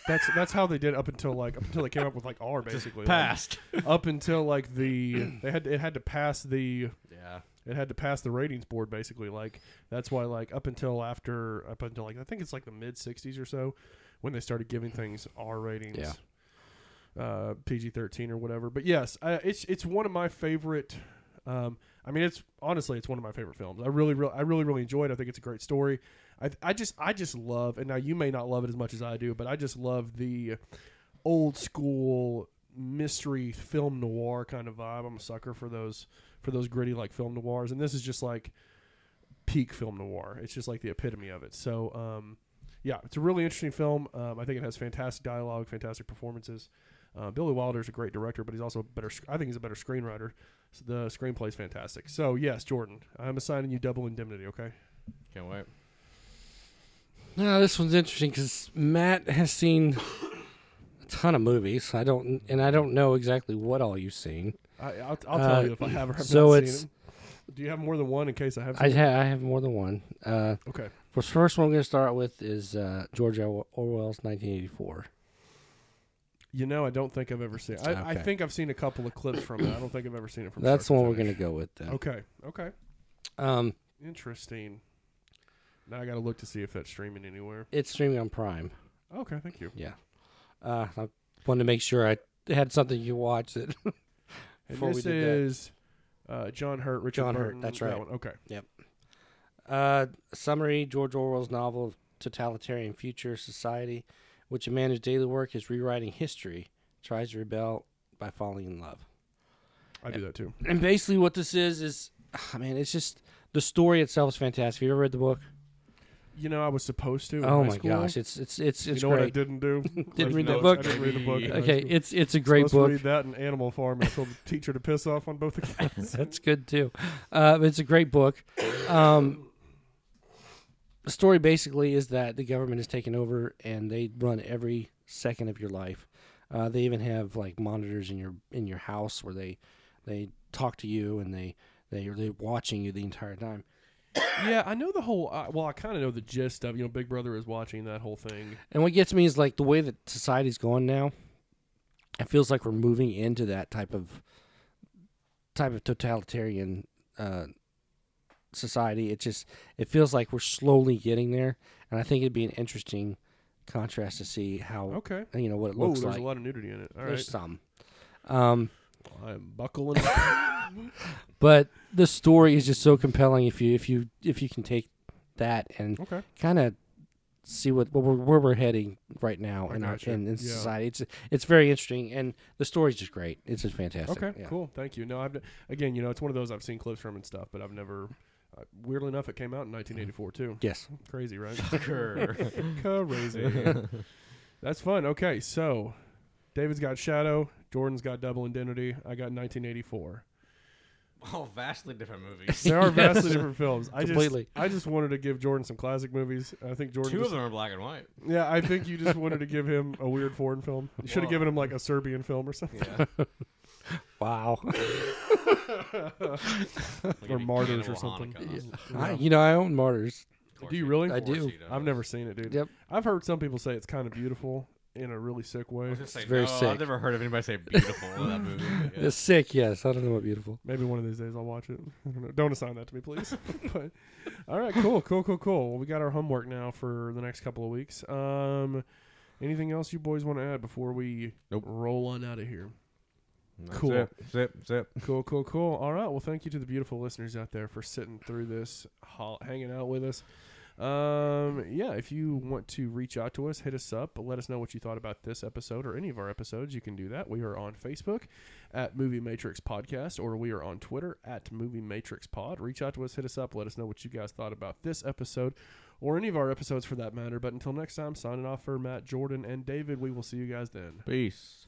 D: That's that's how they did up until like up until they came up with like R basically like,
E: Passed.
D: up until like the they had it had to pass the
E: yeah.
D: it had to pass the ratings board basically like that's why like up until after up until like i think it's like the mid 60s or so when they started giving things r ratings
F: Yeah.
D: uh, pg-13 or whatever but yes I, it's it's one of my favorite um, i mean it's honestly it's one of my favorite films i really really i really really enjoyed it i think it's a great story I, I just i just love and now you may not love it as much as i do but i just love the old school mystery film noir kind of vibe. I'm a sucker for those for those gritty like film noirs, and this is just like peak film noir. It's just like the epitome of it. So, um, yeah, it's a really interesting film. Um, I think it has fantastic dialogue, fantastic performances. Uh, Billy Wilder's a great director, but he's also a better. sc- I think he's a better screenwriter. So the screenplay's fantastic. So yes, Jordan, I'm assigning you double indemnity. Okay.
E: Can't wait.
F: Now this one's interesting because Matt has seen a ton of movies. I don't, and I don't know exactly what all you've seen.
D: I, I'll, I'll tell
F: Uh,
D: you if I have or have
F: so
D: not
F: it's-
D: seen him. Do you have more than one in case I have?
F: I
D: Seen
F: ha- I have more than one. Uh,
D: okay.
F: the first one I'm going to start with is uh, George Or- Orwell's 1984.
D: You know, I don't think I've ever seen. I, I
F: Okay.
D: think I've seen a couple of clips from it. I don't think I've ever seen it from.
F: That's the
D: start
F: one we're
D: finish.
F: going to go with then.
D: Okay. Okay.
F: Um,
D: Interesting. Now I got to look to see if that's streaming anywhere.
F: it's streaming on Prime.
D: Okay. Thank you.
F: Yeah. Uh, I wanted to make sure I had something you watched that
D: And
F: before we
D: this
F: did that.
D: is uh, John Hurt. Richard
F: John Hurt,
D: Burton,
F: that's
D: that
F: right.
D: one. Okay.
F: Uh, summary George Orwell's novel, Totalitarian Future Society, which a man whose daily work is rewriting history tries to rebel by falling in love.
D: I do that too.
F: And basically, what this is is, I mean, it's just the story itself is fantastic. Have you ever read the book?
D: You know, I was supposed to. In
F: oh
D: high
F: my
D: school.
F: gosh, it's it's it's
D: You
F: it's
D: know what I
F: great.
D: didn't do?
F: Didn't read
D: the
F: that book?
D: I didn't read the book. in high
F: Okay,
D: school.
F: it's it's a great
D: Supposed
F: book.
D: To read that in Animal Farm. and I told the teacher to piss off on both accounts.
F: That's good too. Uh, it's a great book. Um, the story basically is that the government is taking over and they run every second of your life. Uh, they even have like monitors in your in your house where they they talk to you and they they are they're watching you the entire time.
D: yeah, I know the whole. Uh, well, I kind of know the gist of. You know, Big Brother is watching that whole thing.
F: And what gets me is like the way that society's going now. It feels like we're moving into that type of type of totalitarian uh, society. It just it feels like we're slowly getting there, and I think it'd be an interesting contrast to see how
D: Okay.
F: you know what it
D: Whoa,
F: looks
D: there's
F: like.
D: a lot of nudity in it. All right.
F: There's some, um,
D: I'm buckling.
F: but the story is just so compelling. If you if you if you can take that and
D: okay.
F: kind of see what, what we're, where we're heading right now
D: I
F: in our
D: gotcha.
F: in, in
D: Yeah.
F: society. It's it's very interesting, and the story's just great. It's just fantastic.
D: Okay.
F: Yeah.
D: Cool. Thank you. No, I've again, you know, it's one of those I've seen clips from and stuff, but I've never. Uh, weirdly enough, it came
F: Mm-hmm.
D: out in 1984 too.
F: Yes.
D: Crazy, right?
E: Grr.
D: Crazy. That's fun. Okay, so David's got Shadow. Jordan's got Double Indemnity. I got 1984.
E: All vastly different movies.
D: There are vastly different films. I
F: Completely.
D: just, I just wanted to give Jordan some classic movies. I think Jordan.
E: Two of
D: just-
E: them are black and white.
D: Yeah, I think you just wanted to give him a weird foreign film. You should have
E: Well-
D: given him like a Serbian film or something.
E: Yeah.
F: Wow.
D: Or Martyrs or something.
F: I, you know, I own Martyrs.
D: Do you really?
F: I do.
D: I've never seen it, dude.
F: Yep.
D: I've heard some people say it's kind of beautiful in a really sick way.
E: It's
F: very
E: no,
F: sick.
E: I've never heard of anybody say beautiful in that movie. but yeah.
F: It's sick. Yes. I don't know what beautiful.
D: Maybe one of these days I'll watch it. I don't know. Don't assign that to me, please. but all right, cool, cool, cool, cool. Well, we got our homework now for the next couple of weeks. Um, anything else you boys want to add before we
E: Nope.
D: roll on out of here?
E: That's
D: Cool.
E: it. Zip, zip.
D: Cool, cool, cool. All right. Well, thank you to the beautiful listeners out there for sitting through this, ho- hanging out with us. Um, yeah, if you want to reach out to us, hit us up. Let us know what you thought about this episode or any of our episodes. You can do that. We are on Facebook at Movie Matrix Podcast, or we are on Twitter at Movie Matrix Pod. Reach out to us, hit us up. Let us know what you guys thought about this episode or any of our episodes for that matter. But until next time, signing off for Matt, Jordan, and David. We will see you guys then.
E: Peace.